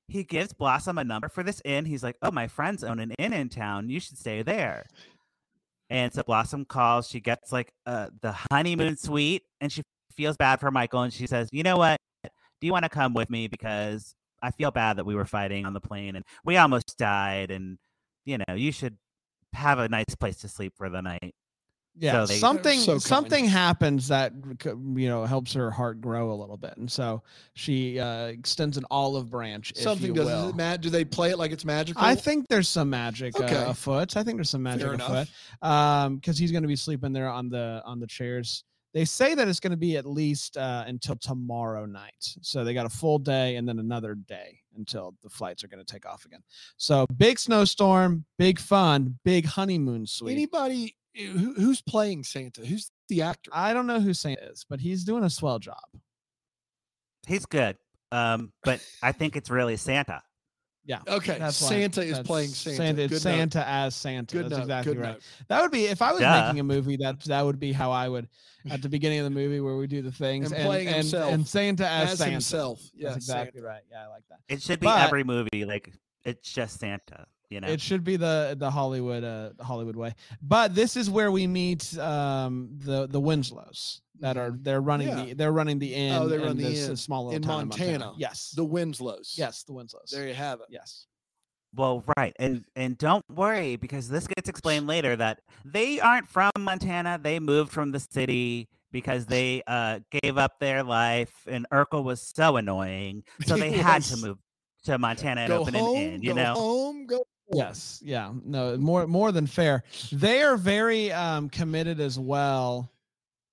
[SPEAKER 2] he gives Blossom a number for this inn. He's like, "Oh, my friends own an inn in town. You should stay there." And so Blossom calls. She gets like uh, the honeymoon suite, and she feels bad for Michael. And she says, "You know what? Do you want to come with me? Because I feel bad that we were fighting on the plane and we almost died. And you know, you should have a nice place to sleep for the night."
[SPEAKER 1] Yeah,
[SPEAKER 2] So they-
[SPEAKER 1] something
[SPEAKER 3] so kind.
[SPEAKER 1] something happens that c- you know helps her heart grow a little bit, and so she uh, extends an olive branch. If
[SPEAKER 3] Something
[SPEAKER 1] you
[SPEAKER 3] does.
[SPEAKER 1] will.
[SPEAKER 3] Is it mad? Do they play it like it's magical?
[SPEAKER 1] I think there's some magic
[SPEAKER 3] Okay.
[SPEAKER 1] uh, afoot. I think there's some magic
[SPEAKER 3] Fair enough.
[SPEAKER 1] afoot Um, 'cause because he's going to be sleeping there on the on the chairs. They say that it's going to be at least uh, until tomorrow night. So they got a full day and then another day until the flights are going to take off again. So big snowstorm, big fun, big honeymoon suite.
[SPEAKER 3] Anybody eh, who, who's playing Santa? Who's the actor?
[SPEAKER 1] I don't know who Santa is, but he's doing a swell job.
[SPEAKER 2] He's good, um, but I think it's really Santa.
[SPEAKER 3] okay,
[SPEAKER 1] That's why-
[SPEAKER 3] Santa is
[SPEAKER 1] that's
[SPEAKER 3] playing Santa.
[SPEAKER 1] Santa, it's
[SPEAKER 3] Good note.
[SPEAKER 1] Santa as Santa.
[SPEAKER 3] Good
[SPEAKER 1] that's
[SPEAKER 3] note.
[SPEAKER 1] exactly
[SPEAKER 3] Good
[SPEAKER 1] right.
[SPEAKER 3] note.
[SPEAKER 1] That would be if I was
[SPEAKER 2] Duh.
[SPEAKER 1] making a movie. That that would be how I would at the beginning of the movie where we do the things
[SPEAKER 3] And
[SPEAKER 1] and
[SPEAKER 3] playing
[SPEAKER 1] and,
[SPEAKER 3] himself
[SPEAKER 1] and Santa as,
[SPEAKER 3] As
[SPEAKER 1] Santa.
[SPEAKER 3] himself. Yeah,
[SPEAKER 1] that's exactly
[SPEAKER 3] Santa.
[SPEAKER 1] right. Yeah, I like that.
[SPEAKER 2] It should be
[SPEAKER 1] But-
[SPEAKER 2] every movie. Like it's just Santa. You know.
[SPEAKER 1] It should be the the Hollywood uh Hollywood way. But this is where we meet um the the Winslows that are they're running
[SPEAKER 3] Mm-hmm. Yeah. Oh,
[SPEAKER 1] the they're running the inn.
[SPEAKER 3] they run
[SPEAKER 1] in
[SPEAKER 3] the
[SPEAKER 1] this,
[SPEAKER 3] inn
[SPEAKER 1] small little
[SPEAKER 3] in
[SPEAKER 1] town in
[SPEAKER 3] Montana.
[SPEAKER 1] Yes,
[SPEAKER 3] The Winslows.
[SPEAKER 1] yes, the Winslows.
[SPEAKER 3] There you have it.
[SPEAKER 1] Yes.
[SPEAKER 2] Well, right, and and don't worry because this gets explained later that they aren't from Montana. They moved from the city because they uh, gave up their life, and Urkel was so annoying, so
[SPEAKER 3] He
[SPEAKER 2] they had to
[SPEAKER 3] was.
[SPEAKER 2] move to Montana and
[SPEAKER 3] Go
[SPEAKER 2] open
[SPEAKER 3] home.
[SPEAKER 2] an inn. You
[SPEAKER 3] go
[SPEAKER 2] know,
[SPEAKER 3] home. Go.
[SPEAKER 1] Yes. Yeah. No. More. More than fair. They are very um, committed as well.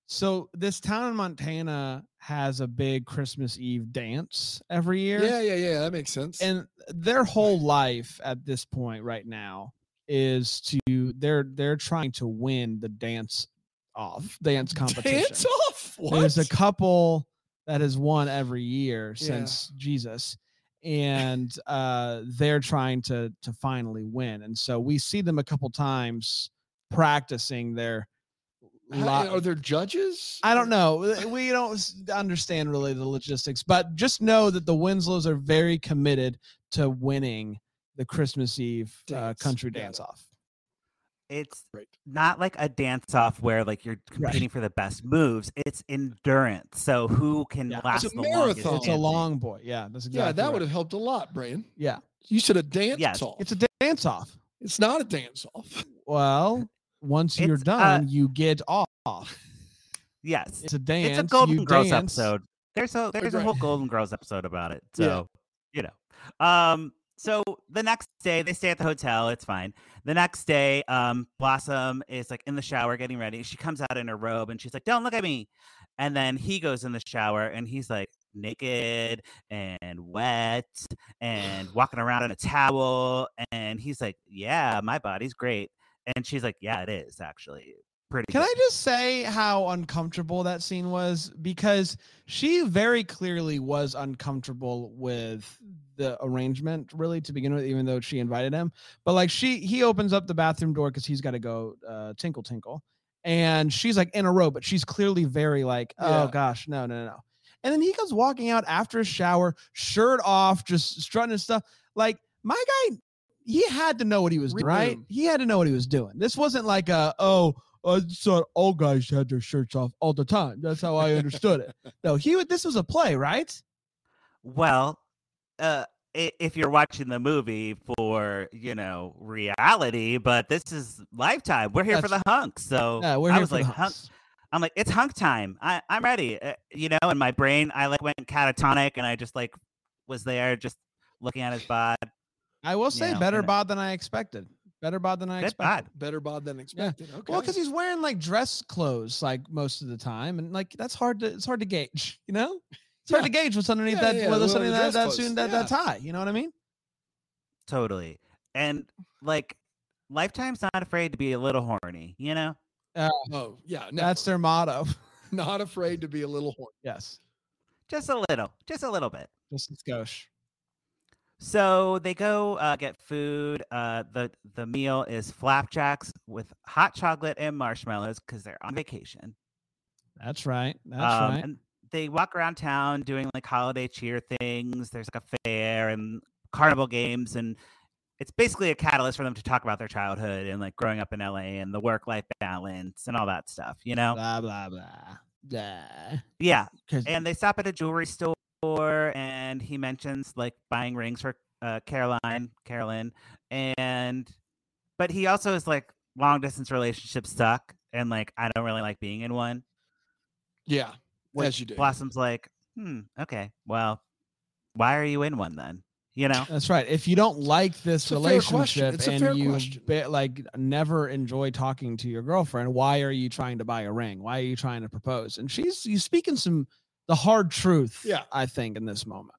[SPEAKER 1] So this town in Montana has a big Christmas Eve dance every year,
[SPEAKER 3] Yeah, yeah, yeah. That makes sense.
[SPEAKER 1] and their whole life at this point right now is to they're they're trying to win the dance off dance competition.
[SPEAKER 3] Dance off. What?
[SPEAKER 1] There's a couple that has won every year
[SPEAKER 3] Yeah.
[SPEAKER 1] since Jesus, and uh, they're trying to to finally win. And so we see them a couple times practicing their.
[SPEAKER 3] How- eh,
[SPEAKER 1] li-
[SPEAKER 3] are there judges?
[SPEAKER 1] I don't know. We don't s- understand really the logistics, but just know that the Winslows are very committed to winning the Christmas Eve uh,
[SPEAKER 3] Dance.
[SPEAKER 1] country
[SPEAKER 3] Got it.
[SPEAKER 1] dance off.
[SPEAKER 2] it's
[SPEAKER 3] Right.
[SPEAKER 2] not like a dance off where like you're competing for the best moves. It's endurance. So who can
[SPEAKER 1] Yeah. It's a
[SPEAKER 2] last the longest?
[SPEAKER 3] marathon.
[SPEAKER 1] It's a
[SPEAKER 2] dancing.
[SPEAKER 1] long boy. Yeah, that's exactly.
[SPEAKER 3] Yeah, that would
[SPEAKER 1] right.
[SPEAKER 3] have helped a lot, Brian.
[SPEAKER 1] Yeah,
[SPEAKER 3] You should have danced
[SPEAKER 2] Yes.
[SPEAKER 3] off.
[SPEAKER 1] it's a dance off.
[SPEAKER 3] It's not a dance off.
[SPEAKER 1] Well, once you're
[SPEAKER 2] It's, uh,
[SPEAKER 1] done, you get off.
[SPEAKER 2] Yes,
[SPEAKER 1] It's a dance.
[SPEAKER 2] it's a Golden
[SPEAKER 1] you
[SPEAKER 2] Girls
[SPEAKER 1] dance.
[SPEAKER 2] episode. There's a there's a
[SPEAKER 3] right.
[SPEAKER 2] whole Golden Girls episode about it.
[SPEAKER 3] Yeah.
[SPEAKER 2] So you know. Um. So the next day they stay at the hotel. It's fine. The next day, um, Blossom is like in the shower getting ready. She comes out in her robe and she's like, "Don't look at me." And then he goes in the shower and he's like naked and wet and walking around in a towel. And he's like, "Yeah, my body's great." And she's like, "Yeah, it is actually pretty."
[SPEAKER 1] Can
[SPEAKER 2] good."
[SPEAKER 1] I just say how uncomfortable that scene was? Because she very clearly was uncomfortable with the arrangement, really, to begin with, even though she invited him. But like she, he opens up the bathroom door because he's got to go uh, tinkle tinkle, and she's like in a row, but she's clearly very like, oh
[SPEAKER 3] Yeah.
[SPEAKER 1] gosh, no, no, no, no. And then he comes walking out after his shower, shirt off, just strutting and stuff. Like my guy, he had to know what he was doing,
[SPEAKER 3] Read
[SPEAKER 1] right.
[SPEAKER 3] room.
[SPEAKER 1] He had to know what he was doing. This wasn't like a oh. I thought all guys had their shirts off all the time. That's how I understood it. No, he would. This was a play, right?
[SPEAKER 2] Well, uh, i- if you're watching the movie for you know reality, but this is lifetime. We're here for
[SPEAKER 1] That's-
[SPEAKER 2] the hunks. So
[SPEAKER 1] Yeah, we're
[SPEAKER 2] I
[SPEAKER 1] here
[SPEAKER 2] was
[SPEAKER 1] for the
[SPEAKER 2] like, hunk,
[SPEAKER 1] hunks.
[SPEAKER 2] I'm like, it's hunk time. I, I'm ready. Uh, you know, in my brain, I like went catatonic, and I just like was there, just looking at his bod.
[SPEAKER 1] I will say,
[SPEAKER 2] Yeah,
[SPEAKER 1] better
[SPEAKER 2] and-
[SPEAKER 1] bod than I expected. Better bod than I
[SPEAKER 2] Good
[SPEAKER 1] expected.
[SPEAKER 2] bod.
[SPEAKER 3] Better bod than expected. Okay.
[SPEAKER 1] Well, because he's wearing like dress clothes like most of the time, and like that's hard to it's hard to gauge, you know. It's hard
[SPEAKER 3] Yeah.
[SPEAKER 1] to gage what's underneath
[SPEAKER 3] Yeah,
[SPEAKER 1] that
[SPEAKER 3] yeah, yeah,
[SPEAKER 1] whether
[SPEAKER 3] well, the
[SPEAKER 1] something that
[SPEAKER 3] dress
[SPEAKER 1] that,
[SPEAKER 3] clothes,
[SPEAKER 1] suit and that, that tie. You know what I mean?
[SPEAKER 2] Totally. And like, Lifetime's not afraid to be a little horny. You know.
[SPEAKER 3] oh yeah, no,
[SPEAKER 1] That's their motto.
[SPEAKER 3] not afraid to be a little horny.
[SPEAKER 1] yes,
[SPEAKER 2] just a little, just a little bit.
[SPEAKER 1] just it's gauche.
[SPEAKER 2] So they go uh, get food. Uh, the the meal is flapjacks with hot chocolate and marshmallows because they're on vacation.
[SPEAKER 1] That's right. That's
[SPEAKER 2] Um,
[SPEAKER 1] right.
[SPEAKER 2] And they walk around town doing like holiday cheer things. There's like a fair and carnival games, and it's basically a catalyst for them to talk about their childhood and like growing up in LA and the work life balance and all that stuff. You know?
[SPEAKER 1] Blah blah blah. Blah.
[SPEAKER 2] Yeah.
[SPEAKER 1] 'Cause-
[SPEAKER 2] and they stop at a jewelry store and he mentions like buying rings for uh, caroline carolyn and but he also is like long distance relationships suck and like i don't really like being in one
[SPEAKER 3] Yeah,
[SPEAKER 2] which
[SPEAKER 3] as you do.
[SPEAKER 2] blossom's like hmm okay well why are you in one then you know
[SPEAKER 1] That's right. If you don't like this
[SPEAKER 3] It's a fair question.
[SPEAKER 1] relationship
[SPEAKER 3] It's a fair
[SPEAKER 1] and you
[SPEAKER 3] question.
[SPEAKER 1] be, like never enjoy talking to your girlfriend, why are you trying to buy a ring? Why are you trying to propose? And she's you speaking some the hard truth.
[SPEAKER 3] Yeah.
[SPEAKER 1] I think in this moment.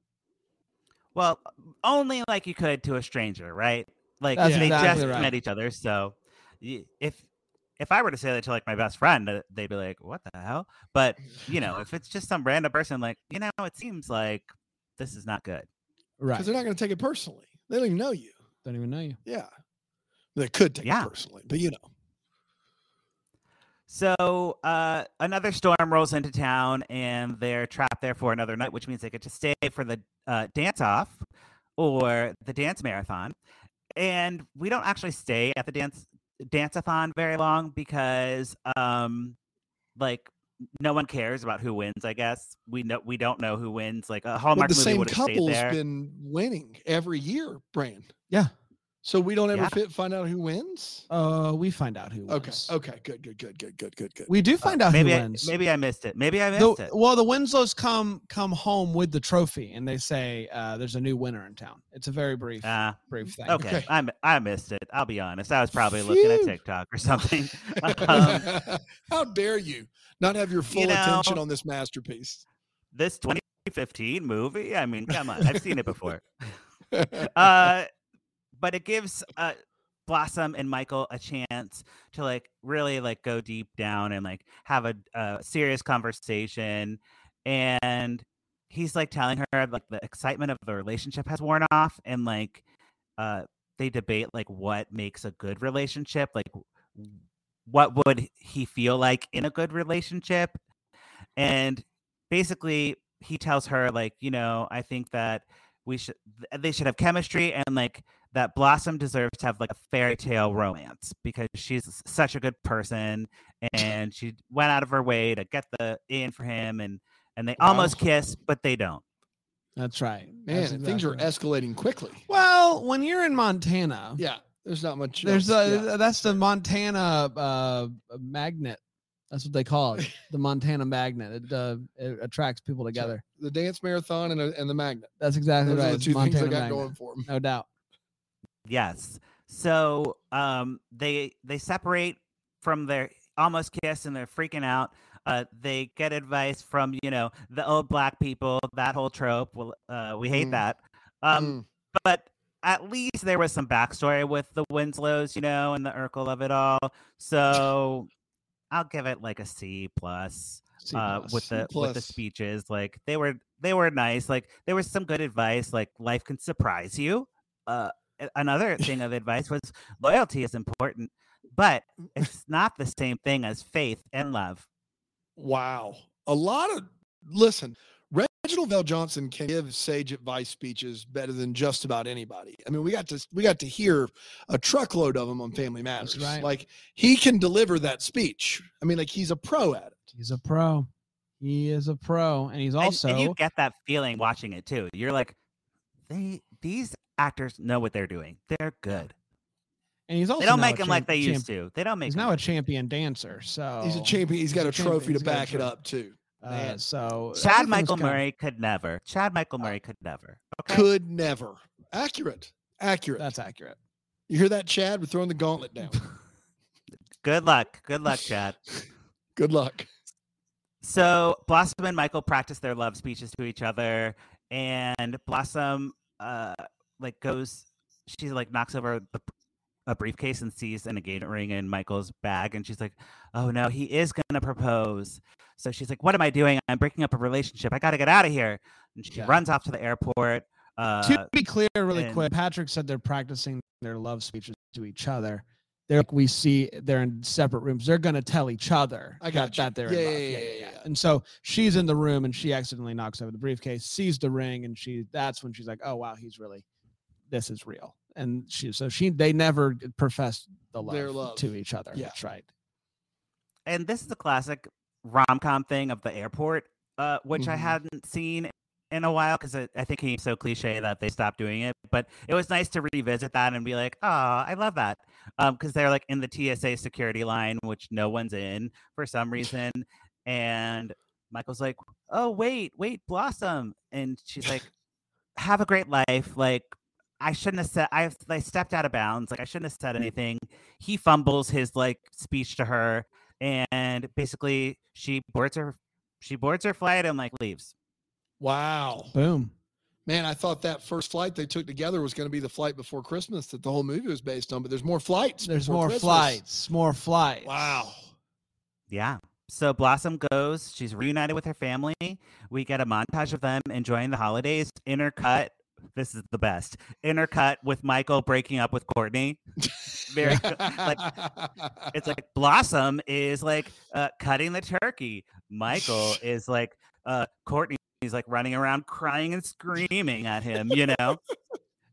[SPEAKER 2] well only like you could to a stranger right like
[SPEAKER 1] That's
[SPEAKER 2] they
[SPEAKER 1] exactly
[SPEAKER 2] just
[SPEAKER 1] right.
[SPEAKER 2] met each other so y- if if i were to say that to like my best friend uh, they'd be like what the hell but you know, if it's just some random person, like, you know, it seems like this is not good.
[SPEAKER 1] Right.
[SPEAKER 3] because they're not going to take it personally. They don't even know you.
[SPEAKER 1] Don't even know you.
[SPEAKER 3] Yeah, they could take
[SPEAKER 2] Yeah.
[SPEAKER 3] it personally, but you know,
[SPEAKER 2] So uh, another storm rolls into town and they're trapped there for another night, which means they get to stay for the uh, dance off or the dance marathon. And we don't actually stay at the dance dance-a-thon very long because um like no one cares about who wins i guess we know we don't know who wins like a
[SPEAKER 3] but
[SPEAKER 2] hallmark
[SPEAKER 3] the
[SPEAKER 2] movie
[SPEAKER 3] same
[SPEAKER 2] would have stayed
[SPEAKER 3] couple's
[SPEAKER 2] there
[SPEAKER 3] been winning every year, Brand.
[SPEAKER 1] Yeah.
[SPEAKER 3] So we don't ever
[SPEAKER 2] Yeah.
[SPEAKER 3] fit, find out who wins.
[SPEAKER 1] Uh, we find out who.
[SPEAKER 3] Okay.
[SPEAKER 1] Wins.
[SPEAKER 3] Okay. Good. Good. Good. Good. Good. Good. Good.
[SPEAKER 1] We do find out
[SPEAKER 2] Uh, maybe
[SPEAKER 1] who
[SPEAKER 2] I,
[SPEAKER 1] wins.
[SPEAKER 2] maybe i missed it maybe i missed
[SPEAKER 1] the,
[SPEAKER 2] it
[SPEAKER 1] well, the Winslows come come home with the trophy, and they say uh, there's a new winner in town. It's a very brief,
[SPEAKER 2] Uh,
[SPEAKER 1] brief thing.
[SPEAKER 2] okay,
[SPEAKER 3] Okay.
[SPEAKER 2] I'm, I missed it. I'll be honest. I was probably looking at
[SPEAKER 3] Phew.
[SPEAKER 2] TikTok or something. um,
[SPEAKER 3] How dare you not have your full
[SPEAKER 2] know-
[SPEAKER 3] attention on this masterpiece?
[SPEAKER 2] this 2015 movie. I mean, come on, I've seen it before. Uh, but it gives uh, Blossom and Michael a chance to like really like go deep down and like have a, a serious conversation. And he's like telling her like the excitement of the relationship has worn off, and like uh, they debate like what makes a good relationship, like w- what would he feel like in a good relationship, and basically he tells her like you know I think that we should th- they should have chemistry and like that blossom deserves to have like a fairy tale romance because she's s- such a good person and she went out of her way to get the in for him and and they almost
[SPEAKER 3] Wow.
[SPEAKER 2] kiss but they don't
[SPEAKER 1] That's right.
[SPEAKER 3] Man,
[SPEAKER 1] That's
[SPEAKER 3] and things are
[SPEAKER 1] exactly right.
[SPEAKER 3] escalating quickly.
[SPEAKER 1] well when you're in Montana.
[SPEAKER 3] Yeah. There's not much.
[SPEAKER 1] There's
[SPEAKER 3] else.
[SPEAKER 1] a
[SPEAKER 3] Yeah.
[SPEAKER 1] that's the Montana uh, magnet. That's what they call it. The Montana magnet. It, uh, it attracts people together.
[SPEAKER 3] the dance marathon and, a, and the magnet.
[SPEAKER 1] That's exactly
[SPEAKER 3] Those
[SPEAKER 1] right.
[SPEAKER 3] are the
[SPEAKER 1] It's
[SPEAKER 3] two things I
[SPEAKER 1] Montana
[SPEAKER 3] got
[SPEAKER 1] magnet.
[SPEAKER 3] going for them.
[SPEAKER 1] No doubt.
[SPEAKER 2] yes so um they they separate from their almost kiss and they're freaking out uh they get advice from you know the old black people that whole trope well uh we hate
[SPEAKER 3] Mm.
[SPEAKER 2] that um but at least there was some backstory with the Winslows, you know, and the Urkel of it all. So I'll give it like a C plus,
[SPEAKER 1] C
[SPEAKER 2] uh,
[SPEAKER 1] plus.
[SPEAKER 2] with the with the
[SPEAKER 3] plus.
[SPEAKER 2] speeches. Like they were they were nice. Like there was some good advice. Like life can surprise you. Uh, a- another thing of advice was loyalty is important. but it's not the same thing as faith and love.
[SPEAKER 3] Wow. A lot of listen, Reginald Vell Johnson can give sage advice speeches better than just about anybody. I mean, we got to we got to hear a truckload of them on Family Matters.
[SPEAKER 1] right.
[SPEAKER 3] Like he can deliver that speech. I mean, like he's a pro at it.
[SPEAKER 1] He's a pro. He is a pro, and he's
[SPEAKER 2] And-
[SPEAKER 1] also
[SPEAKER 2] and, you get that feeling watching it too. You're like, they these actors know what they're doing. They're good.
[SPEAKER 1] and he's also
[SPEAKER 2] They don't
[SPEAKER 1] now a
[SPEAKER 2] make them like
[SPEAKER 1] champ-
[SPEAKER 2] they used
[SPEAKER 1] champ-
[SPEAKER 2] to. They don't make.
[SPEAKER 1] He's
[SPEAKER 2] 'em
[SPEAKER 1] now a
[SPEAKER 2] like-
[SPEAKER 1] champion dancer, so
[SPEAKER 3] He's a champion.
[SPEAKER 1] Oh, he's
[SPEAKER 3] He's got
[SPEAKER 1] a
[SPEAKER 3] a
[SPEAKER 1] champion,
[SPEAKER 3] trophy to
[SPEAKER 1] he's got a
[SPEAKER 3] back it
[SPEAKER 1] trophy.
[SPEAKER 3] up too.
[SPEAKER 1] Uh,
[SPEAKER 3] man.
[SPEAKER 1] so
[SPEAKER 2] Chad
[SPEAKER 1] everything's
[SPEAKER 2] Michael
[SPEAKER 1] kinda-
[SPEAKER 2] Murray could never. Chad Michael
[SPEAKER 1] Uh,
[SPEAKER 2] Murray could never. Okay.
[SPEAKER 3] Could never. Accurate. Accurate.
[SPEAKER 1] That's accurate.
[SPEAKER 3] you hear that, Chad? We're throwing the gauntlet down.
[SPEAKER 2] Good luck. Good luck, Chad.
[SPEAKER 3] Good luck.
[SPEAKER 2] So Blossom and Michael practice their love speeches to each other, and Blossom uh like goes, she like knocks over the, p- a briefcase and sees an engagement ring in Michael's bag, and she's like, "Oh no, he is gonna propose." So she's like, "What am I doing? I'm breaking up a relationship. I gotta get out of here." And she
[SPEAKER 1] Yeah.
[SPEAKER 2] runs off to the airport. Uh,
[SPEAKER 1] to be clear, really
[SPEAKER 2] and-
[SPEAKER 1] quick, Patrick said they're practicing their love speeches to each other. They're like we see they're in separate rooms. They're gonna tell each other
[SPEAKER 3] I
[SPEAKER 1] that-
[SPEAKER 3] gotcha.
[SPEAKER 1] that they're in
[SPEAKER 3] Yeah,
[SPEAKER 1] love.
[SPEAKER 3] yeah, yeah, yeah, yeah.
[SPEAKER 1] And so she's in the room and she accidentally knocks over the briefcase, sees the ring, and she that's when she's like, Oh wow, he's really this is real. And she so she they never professed the love,
[SPEAKER 3] Their love.
[SPEAKER 1] to each other.
[SPEAKER 3] Yeah.
[SPEAKER 1] That's right.
[SPEAKER 2] and this is a classic rom com thing of the airport, uh, which I
[SPEAKER 1] Mhm.
[SPEAKER 2] hadn't seen in a while because I think it became so cliche that they stopped doing it. But it was nice to revisit that and be like, oh, I love that. Because they're like in the TSA security line, which no one's in for some reason. And Michael's like, oh, wait, wait, Blossom. And she's like, have a great life. Like, I shouldn't have said I I stepped out of bounds. Like I shouldn't have said anything. He fumbles his like speech to her, and basically she boards her she boards her flight and like leaves.
[SPEAKER 3] Wow.
[SPEAKER 1] Boom.
[SPEAKER 3] Man, I thought that first flight they took together was going to be the flight before Christmas that the whole movie was based on, but there's more flights.
[SPEAKER 1] There's
[SPEAKER 3] before
[SPEAKER 1] more
[SPEAKER 3] Christmas.
[SPEAKER 1] flights. More flights.
[SPEAKER 3] Wow.
[SPEAKER 2] Yeah. So Blossom goes. She's reunited with her family. We get a montage of them enjoying the holidays. Intercut. This is the best. Intercut with Michael breaking up with Courtney. Very co- like it's like Blossom is like uh, cutting the turkey. Michael is like uh, Courtney. He's like running around crying and screaming at him. You know,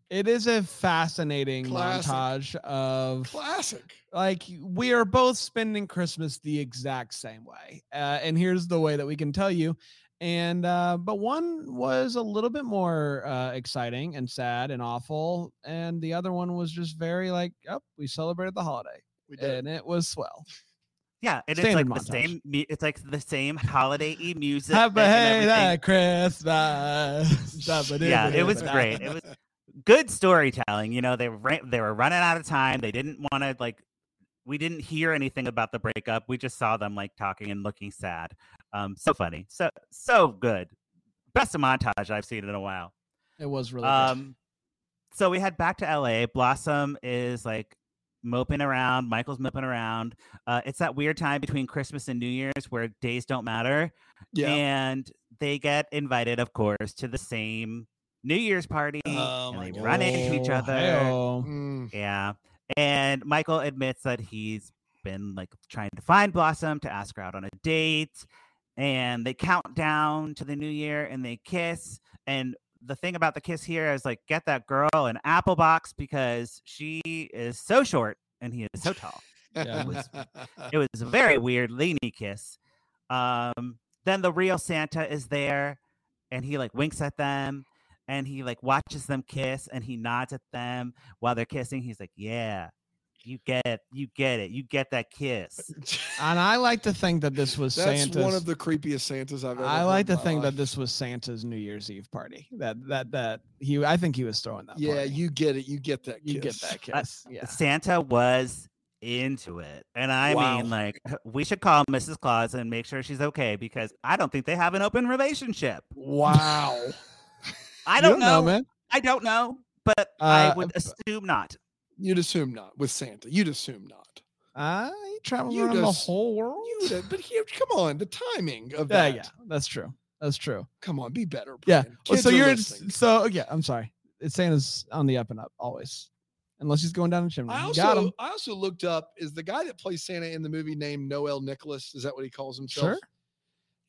[SPEAKER 1] It is a fascinating
[SPEAKER 3] Classic.
[SPEAKER 1] montage of
[SPEAKER 3] classic.
[SPEAKER 1] like we are both spending christmas the exact same way uh, and here's the way that we can tell you and uh, but one was a little bit more uh, exciting and sad and awful and the other one was just very like oh we celebrated the holiday
[SPEAKER 3] We did. it.
[SPEAKER 1] and it was swell
[SPEAKER 2] yeah. And
[SPEAKER 1] Standard
[SPEAKER 2] it's like the
[SPEAKER 1] montage.
[SPEAKER 2] same. mu- It's like the same holiday y music.
[SPEAKER 1] Happy hey,
[SPEAKER 2] and everything.
[SPEAKER 1] that christmas
[SPEAKER 2] Yeah, it was great. It was good storytelling. You know, they ran, they were running out of time. They didn't want to like. We didn't hear anything about the breakup. We just saw them like talking and looking sad. Um, so funny. So so good. Best montage I've seen in a while.
[SPEAKER 1] it was really good.
[SPEAKER 2] Um, so we head back to LA. Blossom is like moping around. Michael's moping around. Uh, it's that weird time between Christmas and New Year's where days don't matter.
[SPEAKER 3] Yeah.
[SPEAKER 2] And they get invited, of course, to the same New Year's party.
[SPEAKER 3] Oh
[SPEAKER 2] and
[SPEAKER 3] my
[SPEAKER 2] they run into each
[SPEAKER 1] Oh,
[SPEAKER 2] other.
[SPEAKER 1] hey-oh.
[SPEAKER 3] Mm,
[SPEAKER 2] Yeah. And Michael admits that he's been like trying to find Blossom to ask her out on a date. And they count down to the new year and they kiss. And the thing about the kiss here is like, get that girl an apple box because she is so short and he is so tall.
[SPEAKER 1] Yeah,
[SPEAKER 2] it was- It was a very weird leany kiss. Um, then the real Santa is there and he like winks at them and he like watches them kiss and he nods at them while they're kissing. He's like, Yeah, you get it, you get it, you get that kiss.
[SPEAKER 1] and i like to think that this was
[SPEAKER 3] That's
[SPEAKER 1] santa's
[SPEAKER 3] one of the creepiest Santas I've ever.
[SPEAKER 1] I
[SPEAKER 3] heard
[SPEAKER 1] like
[SPEAKER 3] in
[SPEAKER 1] to
[SPEAKER 3] my
[SPEAKER 1] think
[SPEAKER 3] life.
[SPEAKER 1] that this was Santa's New Year's Eve party. That that that he I think he was throwing that.
[SPEAKER 3] Yeah,
[SPEAKER 1] party.
[SPEAKER 3] you get it. You get that. Kiss.
[SPEAKER 1] you get that
[SPEAKER 2] Uh,
[SPEAKER 1] kiss. yeah.
[SPEAKER 2] Santa was into it. And I
[SPEAKER 3] Wow.
[SPEAKER 2] mean, like, we should call Mrs. Claus and make sure she's okay because I don't think they have an open relationship.
[SPEAKER 3] Wow.
[SPEAKER 2] I
[SPEAKER 1] You
[SPEAKER 2] don't, know.
[SPEAKER 1] man.
[SPEAKER 2] I don't know, but I
[SPEAKER 1] Uh,
[SPEAKER 2] would assume not.
[SPEAKER 3] You'd assume not with Santa. You'd assume not.
[SPEAKER 1] Uh, he travels
[SPEAKER 3] You
[SPEAKER 1] around the
[SPEAKER 3] just-
[SPEAKER 1] whole world.
[SPEAKER 3] You'd, but here, come on, the timing of
[SPEAKER 1] yeah,
[SPEAKER 3] that.
[SPEAKER 1] yeah, that's true. That's true.
[SPEAKER 3] Come on, be better.
[SPEAKER 1] Yeah.
[SPEAKER 3] Brian.
[SPEAKER 1] Well,
[SPEAKER 3] Kids
[SPEAKER 1] so
[SPEAKER 3] are
[SPEAKER 1] you're
[SPEAKER 3] listening.
[SPEAKER 1] so yeah. I'm sorry. It's Santa's on the up and up always. unless he's going down the chimney.
[SPEAKER 3] I
[SPEAKER 1] You got him.
[SPEAKER 3] also I also looked up is the guy that plays Santa in the movie named Noel Nicholas. Is that what he calls himself?
[SPEAKER 1] Sure.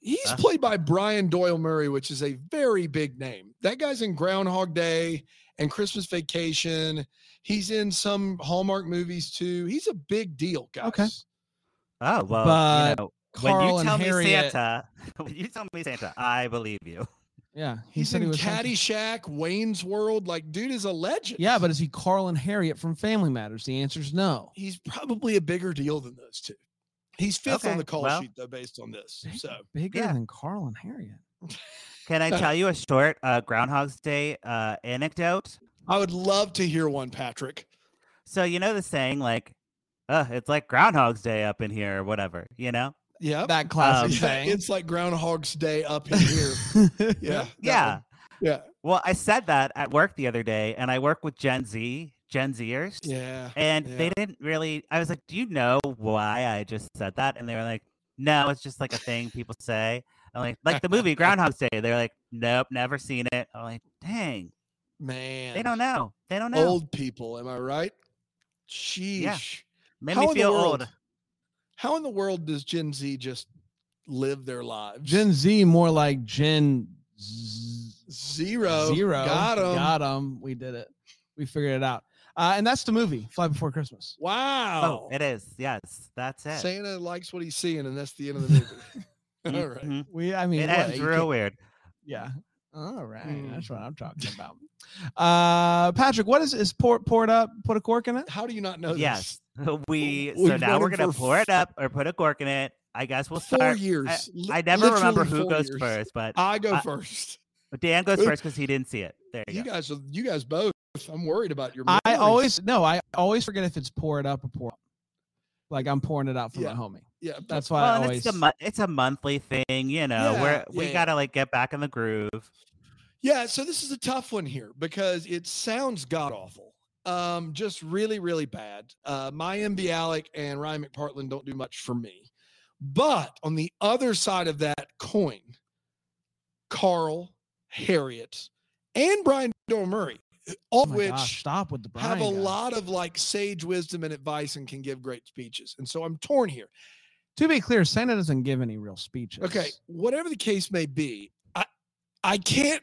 [SPEAKER 3] He's
[SPEAKER 2] Huh?
[SPEAKER 3] played by Brian Doyle Murray, which is a very big name. That guy's in Groundhog Day and Christmas Vacation. He's in some Hallmark movies too. He's a big deal, guys.
[SPEAKER 1] Okay.
[SPEAKER 2] Oh well,
[SPEAKER 1] But
[SPEAKER 2] you know, when
[SPEAKER 1] Carl
[SPEAKER 2] you tell
[SPEAKER 1] and
[SPEAKER 2] me
[SPEAKER 1] Harriet.
[SPEAKER 2] Santa, when you tell me Santa, I believe you.
[SPEAKER 1] Yeah, he
[SPEAKER 3] He's
[SPEAKER 1] said he
[SPEAKER 3] in
[SPEAKER 1] was Santa.
[SPEAKER 3] Caddyshack, Wayne's World. Like, dude is a legend.
[SPEAKER 1] Yeah, but is he Carl and Harriet from Family Matters? The answer is no.
[SPEAKER 3] he's probably a bigger deal than those two. He's fifth on
[SPEAKER 2] Okay,
[SPEAKER 3] the call
[SPEAKER 2] well.
[SPEAKER 3] sheet though, based on this. So
[SPEAKER 1] Bigger
[SPEAKER 2] Yeah.
[SPEAKER 1] than Carl and Harriet.
[SPEAKER 2] Can I tell you a short uh, Groundhog's Day uh, anecdote?
[SPEAKER 3] I would love to hear one, Patrick.
[SPEAKER 2] So you know the saying like, "Uh, it's like Groundhog's Day up in here" or whatever. You know?
[SPEAKER 3] Yeah.
[SPEAKER 1] That
[SPEAKER 2] Um,
[SPEAKER 1] classic
[SPEAKER 3] Yeah,
[SPEAKER 1] saying.
[SPEAKER 3] It's like Groundhog's Day up in here. Yeah. that one.
[SPEAKER 2] Yeah.
[SPEAKER 3] Yeah.
[SPEAKER 2] Well, I said that at work the other day, and I work with Gen Z, Gen Zers,
[SPEAKER 3] Yeah.
[SPEAKER 2] and they
[SPEAKER 3] yeah.
[SPEAKER 2] didn't really. I was like, "Do you know why I just said that?" And they were like, "No, it's just like a thing people say." I'm like, "Like the movie Groundhog's Day." They're like, "Nope, never seen it." I'm like, "Dang,
[SPEAKER 3] Man.
[SPEAKER 2] they don't know. They don't know.
[SPEAKER 3] Old people, am I right? Sheesh.
[SPEAKER 2] Made
[SPEAKER 3] How
[SPEAKER 2] me
[SPEAKER 3] in the
[SPEAKER 2] feel
[SPEAKER 3] world?
[SPEAKER 2] old."
[SPEAKER 3] How in the world does Gen Z just live their lives?
[SPEAKER 1] Gen Z more like Gen Z-
[SPEAKER 3] zero.
[SPEAKER 1] Zero.
[SPEAKER 3] Got him.
[SPEAKER 1] Got 'em. We did it. We figured it out. Uh, and that's the movie, Fly Before Christmas.
[SPEAKER 3] wow.
[SPEAKER 2] Oh, it is. Yes, that's it.
[SPEAKER 3] Santa likes what he's seeing, and that's the end of the movie. All right.
[SPEAKER 2] Mhm.
[SPEAKER 1] We, I mean,
[SPEAKER 2] It
[SPEAKER 1] what,
[SPEAKER 2] ends
[SPEAKER 1] you
[SPEAKER 2] real
[SPEAKER 1] can't-
[SPEAKER 2] weird.
[SPEAKER 1] yeah. All right,
[SPEAKER 3] Mm.
[SPEAKER 1] that's what I'm talking about. Uh, Patrick, what is is pour poured up? Put a cork in it.
[SPEAKER 3] How do you not know
[SPEAKER 2] Yes. We so
[SPEAKER 3] we've
[SPEAKER 2] now
[SPEAKER 3] known
[SPEAKER 2] we're
[SPEAKER 3] him
[SPEAKER 2] gonna
[SPEAKER 3] for
[SPEAKER 2] pour
[SPEAKER 3] f-
[SPEAKER 2] it up or put a cork in it. I guess we'll
[SPEAKER 3] this? Four
[SPEAKER 2] start.
[SPEAKER 3] years. Li-
[SPEAKER 2] I never remember
[SPEAKER 3] literally
[SPEAKER 2] who
[SPEAKER 3] four
[SPEAKER 2] goes
[SPEAKER 3] years.
[SPEAKER 2] first, but
[SPEAKER 3] I go
[SPEAKER 2] I-
[SPEAKER 3] first.
[SPEAKER 2] Dan goes
[SPEAKER 3] Oop.
[SPEAKER 2] first because he didn't see it. There you,
[SPEAKER 3] You
[SPEAKER 2] go.
[SPEAKER 3] guys, are- you guys both. I'm worried about your.
[SPEAKER 1] I
[SPEAKER 3] memories.
[SPEAKER 1] always no, I always forget if it's pour it up or pour. Up. Like I'm pouring it out for
[SPEAKER 3] Yeah.
[SPEAKER 1] my homie.
[SPEAKER 3] yeah. but-
[SPEAKER 1] That's why
[SPEAKER 2] Well,
[SPEAKER 1] I
[SPEAKER 2] and
[SPEAKER 1] always.
[SPEAKER 2] it's a mo- it's a monthly thing, you know.
[SPEAKER 3] Yeah,
[SPEAKER 2] where we
[SPEAKER 3] yeah, yeah.
[SPEAKER 2] gotta like get back in the groove.
[SPEAKER 3] Yeah, so this is a tough one here because it sounds god awful. Um, just really, really bad. Uh, my MB Alec and Ryan McPartland don't do much for me. But on the other side of that coin, Carl, Harriet, and Brian Doyle Murray, uh, all
[SPEAKER 1] oh
[SPEAKER 3] of
[SPEAKER 1] my
[SPEAKER 3] which
[SPEAKER 1] gosh, stop with the Brian
[SPEAKER 3] have a
[SPEAKER 1] guy.
[SPEAKER 3] lot of like sage wisdom and advice and can give great speeches. And so I'm torn here.
[SPEAKER 1] To be clear, Santa doesn't give any real speeches.
[SPEAKER 3] Okay, whatever the case may be, I I can't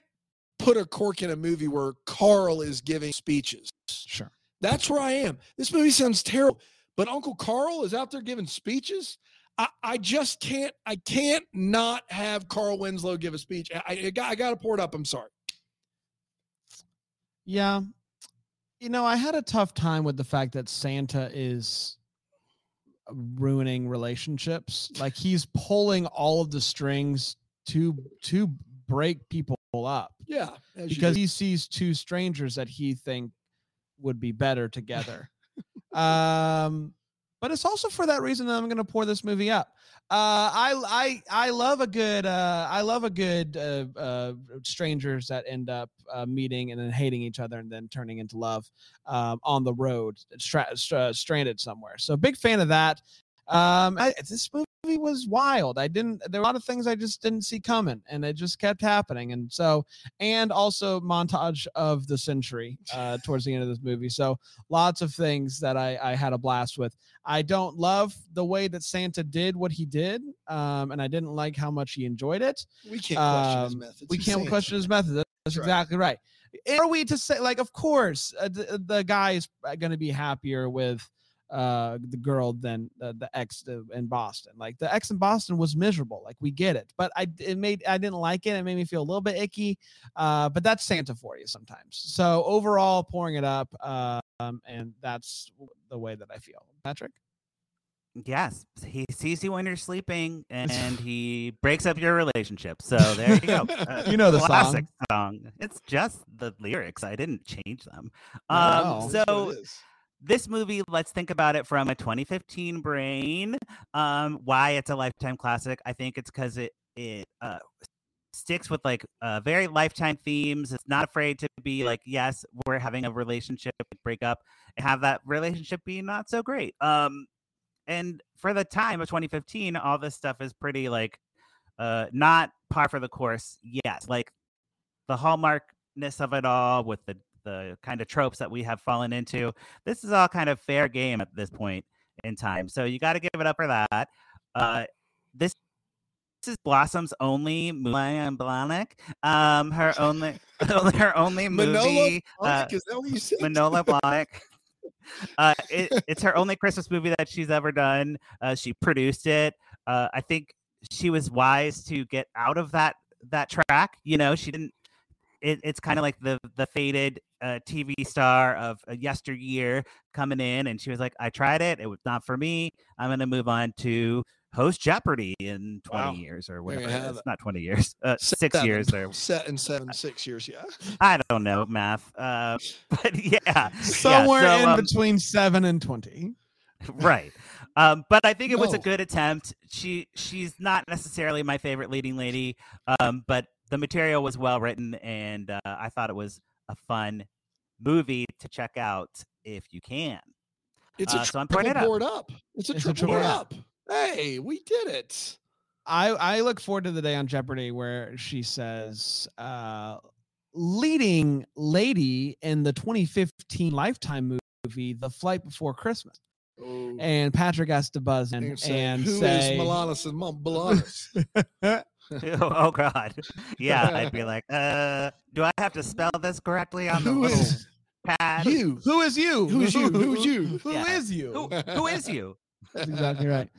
[SPEAKER 3] put a cork in a movie where Carl is giving speeches.
[SPEAKER 1] sure.
[SPEAKER 3] That's where I am. This movie sounds terrible, but Uncle Carl is out there giving speeches. I, I just can't. I can't not have Carl Winslow give a speech. I, I, got, I got to pour it up. I'm sorry.
[SPEAKER 1] Yeah. You know, I had a tough time with the fact that Santa is ruining relationships. Like he's pulling all of the strings to to break people up
[SPEAKER 3] Yeah, as you
[SPEAKER 1] because
[SPEAKER 3] do.
[SPEAKER 1] he sees two strangers that he think would be better together. um, but it's also for that reason that I'm going to pour this movie up. Uh, I I I love a good uh, I love a good uh, uh, strangers that end up uh, meeting and then hating each other and then turning into love um, on the road stra- stra- stranded somewhere. So big fan of that. Um, I, this movie was wild. I didn't there were a lot of things I just didn't see coming and it just kept happening. And so and also montage of the century uh, towards the end of this movie. So lots of things that I, I had a blast with. I don't love the way that Santa did what he did, um, and I didn't like how much he enjoyed it.
[SPEAKER 3] we can't question his
[SPEAKER 1] um,
[SPEAKER 3] methods.
[SPEAKER 1] We
[SPEAKER 3] He's
[SPEAKER 1] can't
[SPEAKER 3] saying
[SPEAKER 1] question his method. That- That's
[SPEAKER 3] That's right.
[SPEAKER 1] exactly right. And Are we to say like, of course, uh, the, the guy is going to be happier with uh the girl than uh, the ex uh, in Boston. Like the ex in Boston was miserable. Like we get it, but I it made I didn't like it. It made me feel a little bit icky. Uh, but that's Santa for you sometimes. So overall, pouring it up. uh, Um, and that's w- the way that I feel. Patrick.
[SPEAKER 2] Yes. He sees you when you're sleeping and he breaks up your relationship. So there you go. Uh,
[SPEAKER 1] You know the
[SPEAKER 2] classic song. It's just the lyrics. I didn't change them.
[SPEAKER 1] Wow.
[SPEAKER 2] Um,
[SPEAKER 3] That's what it
[SPEAKER 2] so
[SPEAKER 3] is.
[SPEAKER 2] this movie, let's think about it from a 2015 brain. Um, why it's a lifetime classic? I think it's because it it uh, sticks with like uh, very lifetime themes. It's not afraid to be like, yes, we're having a relationship breakup and have that relationship be not so great. Um, and for the time of 2015, all this stuff is pretty like uh, not par for the course yet. Like the hallmarkness of it all with the the kind of tropes that we have fallen into. This is all kind of fair game at this point in time. So you got to give it up for that. Uh, this this is Blossom's only Mulan Blahnik. Um, her only, only her only movie. uh,
[SPEAKER 3] Blahnik, is that what you said?
[SPEAKER 2] Manola Blahnik. Uh, it, it's her only Christmas movie that she's ever done. Uh, she produced it. Uh, I think she was wise to get out of that that track. You know, she didn't. It, it's kind of like the the faded uh, TV star of uh, yesteryear coming in, and she was like, "I tried it. It was not for me. I'm going to move on to host Jeopardy in 20
[SPEAKER 3] Wow.
[SPEAKER 2] years or
[SPEAKER 3] There you
[SPEAKER 2] whatever.
[SPEAKER 3] have
[SPEAKER 2] It's
[SPEAKER 3] it.
[SPEAKER 2] not 20 years. Uh,
[SPEAKER 3] Set
[SPEAKER 2] six
[SPEAKER 3] that
[SPEAKER 2] years or
[SPEAKER 3] Set in seven, six years. Yeah.
[SPEAKER 2] I don't know math, uh, but yeah, yeah,
[SPEAKER 1] Somewhere
[SPEAKER 2] so,
[SPEAKER 1] in
[SPEAKER 2] um,
[SPEAKER 1] between seven and twenty.
[SPEAKER 2] right um but i think it was a
[SPEAKER 3] No.
[SPEAKER 2] good attempt she she's not necessarily my favorite leading lady um but the material was well written and uh, i thought it was a fun movie to check out if you can
[SPEAKER 3] It's
[SPEAKER 2] Uh,
[SPEAKER 3] a
[SPEAKER 2] so I'm
[SPEAKER 3] triple
[SPEAKER 2] putting it up.
[SPEAKER 3] board up. It's a
[SPEAKER 1] It's a
[SPEAKER 3] triple
[SPEAKER 1] triple
[SPEAKER 3] board
[SPEAKER 1] up.
[SPEAKER 3] up. Hey, we did it.
[SPEAKER 1] I I look forward to the day on Jeopardy where she says, uh, "Leading lady in the 2015 Lifetime movie, The Flight Before Christmas,"
[SPEAKER 3] Oh,
[SPEAKER 1] and Patrick has to buzz in
[SPEAKER 3] and
[SPEAKER 1] and
[SPEAKER 3] say,
[SPEAKER 1] say,
[SPEAKER 3] who is Milanus and Mom Milanus?
[SPEAKER 2] oh, oh, god yeah i'd be like uh do i have to spell this correctly on the
[SPEAKER 3] Who
[SPEAKER 2] little
[SPEAKER 3] is
[SPEAKER 2] pad
[SPEAKER 3] you?
[SPEAKER 1] "Who is you?
[SPEAKER 3] Who is you? Who is you?
[SPEAKER 1] Who
[SPEAKER 2] Yeah.
[SPEAKER 1] is you?"
[SPEAKER 2] who, who is you
[SPEAKER 1] That's exactly right.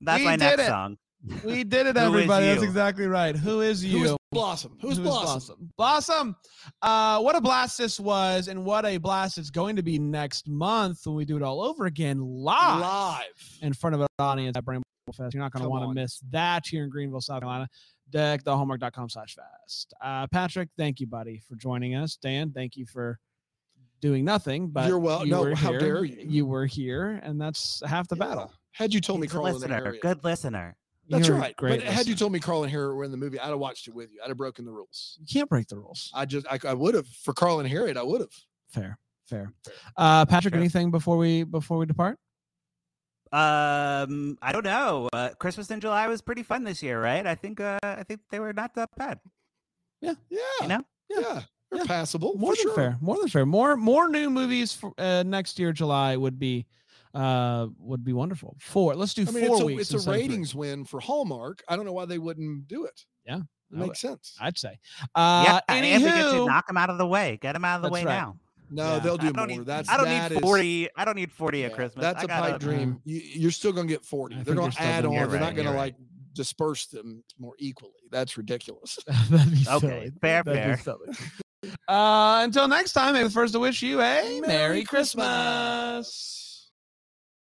[SPEAKER 2] that's
[SPEAKER 1] We
[SPEAKER 2] my
[SPEAKER 1] did
[SPEAKER 2] next
[SPEAKER 1] it.
[SPEAKER 2] song
[SPEAKER 1] We did it,
[SPEAKER 2] Who is
[SPEAKER 1] everybody. That's
[SPEAKER 2] you?
[SPEAKER 1] exactly right. Who is you?
[SPEAKER 3] Who is Blossom? Who is Blossom?
[SPEAKER 1] Blossom. Uh, what a blast this was, and what a blast it's going to be next month when we do it all over again
[SPEAKER 2] Ah!
[SPEAKER 1] live,
[SPEAKER 3] Live.
[SPEAKER 1] in front of an audience at Bramble Fest. You're not going to
[SPEAKER 3] Come
[SPEAKER 1] want to
[SPEAKER 3] on.
[SPEAKER 1] miss that here in Greenville, South Carolina. Deck the homework.com slash fast. Uh, Patrick, thank you, buddy, for joining us. Dan, thank you for doing nothing, but
[SPEAKER 3] You're wel-
[SPEAKER 1] you
[SPEAKER 3] no,
[SPEAKER 1] were
[SPEAKER 3] how
[SPEAKER 1] here.
[SPEAKER 3] dare you.
[SPEAKER 1] You were here, and that's half the
[SPEAKER 3] Yeah.
[SPEAKER 1] battle.
[SPEAKER 3] Had you told me
[SPEAKER 2] He's a
[SPEAKER 3] Carl and
[SPEAKER 2] listener
[SPEAKER 3] Harriet.
[SPEAKER 2] good listener
[SPEAKER 3] That's
[SPEAKER 1] You're a
[SPEAKER 3] right.
[SPEAKER 1] Great
[SPEAKER 3] but had you
[SPEAKER 1] listener.
[SPEAKER 3] told me Carl and Harriet were in the movie, I'd have watched it with you. I'd have broken the rules.
[SPEAKER 1] you can't break the rules.
[SPEAKER 3] I just, I, I would have for Carl and Harriet. I would have.
[SPEAKER 1] Fair, fair. Uh, Patrick,
[SPEAKER 2] Fair.
[SPEAKER 1] anything before we before we depart?
[SPEAKER 2] Um, I don't know. Uh, Christmas in July was pretty fun this year, right? I think uh, I think they were not that bad.
[SPEAKER 3] Yeah.
[SPEAKER 2] know?
[SPEAKER 3] Yeah. They're
[SPEAKER 1] Yeah.
[SPEAKER 3] passable.
[SPEAKER 1] More
[SPEAKER 3] Oh,
[SPEAKER 1] than
[SPEAKER 3] for sure.
[SPEAKER 1] fair. More than fair. More more new movies for uh, next year, July would be uh would be wonderful. Four. Let's do
[SPEAKER 3] I mean,
[SPEAKER 1] four
[SPEAKER 3] it's a,
[SPEAKER 1] weeks.
[SPEAKER 3] it's a
[SPEAKER 1] instead of three,
[SPEAKER 3] ratings win for Hallmark. I don't know why they wouldn't do it.
[SPEAKER 1] Yeah,
[SPEAKER 3] It
[SPEAKER 1] I would-
[SPEAKER 3] makes sense.
[SPEAKER 1] I'd say. Uh,
[SPEAKER 2] yeah, and we get to
[SPEAKER 1] anywho,
[SPEAKER 2] knock them out of the way. Get them out of the
[SPEAKER 1] That's
[SPEAKER 2] way
[SPEAKER 1] right.
[SPEAKER 2] now.
[SPEAKER 3] No,
[SPEAKER 1] Yeah.
[SPEAKER 3] they'll
[SPEAKER 2] I
[SPEAKER 3] do more.
[SPEAKER 2] don't need.
[SPEAKER 3] that's
[SPEAKER 2] I don't
[SPEAKER 3] that
[SPEAKER 2] need
[SPEAKER 3] is-
[SPEAKER 2] forty. I don't need forty at
[SPEAKER 3] yeah,
[SPEAKER 2] Christmas.
[SPEAKER 3] That's
[SPEAKER 2] I
[SPEAKER 3] a pipe
[SPEAKER 2] got
[SPEAKER 3] dream. You, you're still gonna get forty.
[SPEAKER 1] I
[SPEAKER 3] They're
[SPEAKER 1] think
[SPEAKER 3] gonna
[SPEAKER 1] they're still
[SPEAKER 3] add
[SPEAKER 1] gonna
[SPEAKER 3] on.
[SPEAKER 1] get
[SPEAKER 3] They're
[SPEAKER 1] 40.
[SPEAKER 3] not gonna
[SPEAKER 2] You're right.
[SPEAKER 3] like disperse them more equally. That's ridiculous.
[SPEAKER 1] that'd be
[SPEAKER 2] Okay,
[SPEAKER 1] silly.
[SPEAKER 2] fair,
[SPEAKER 1] That'd be silly. Uh, until next time, may the first to wish you a Merry, Christmas.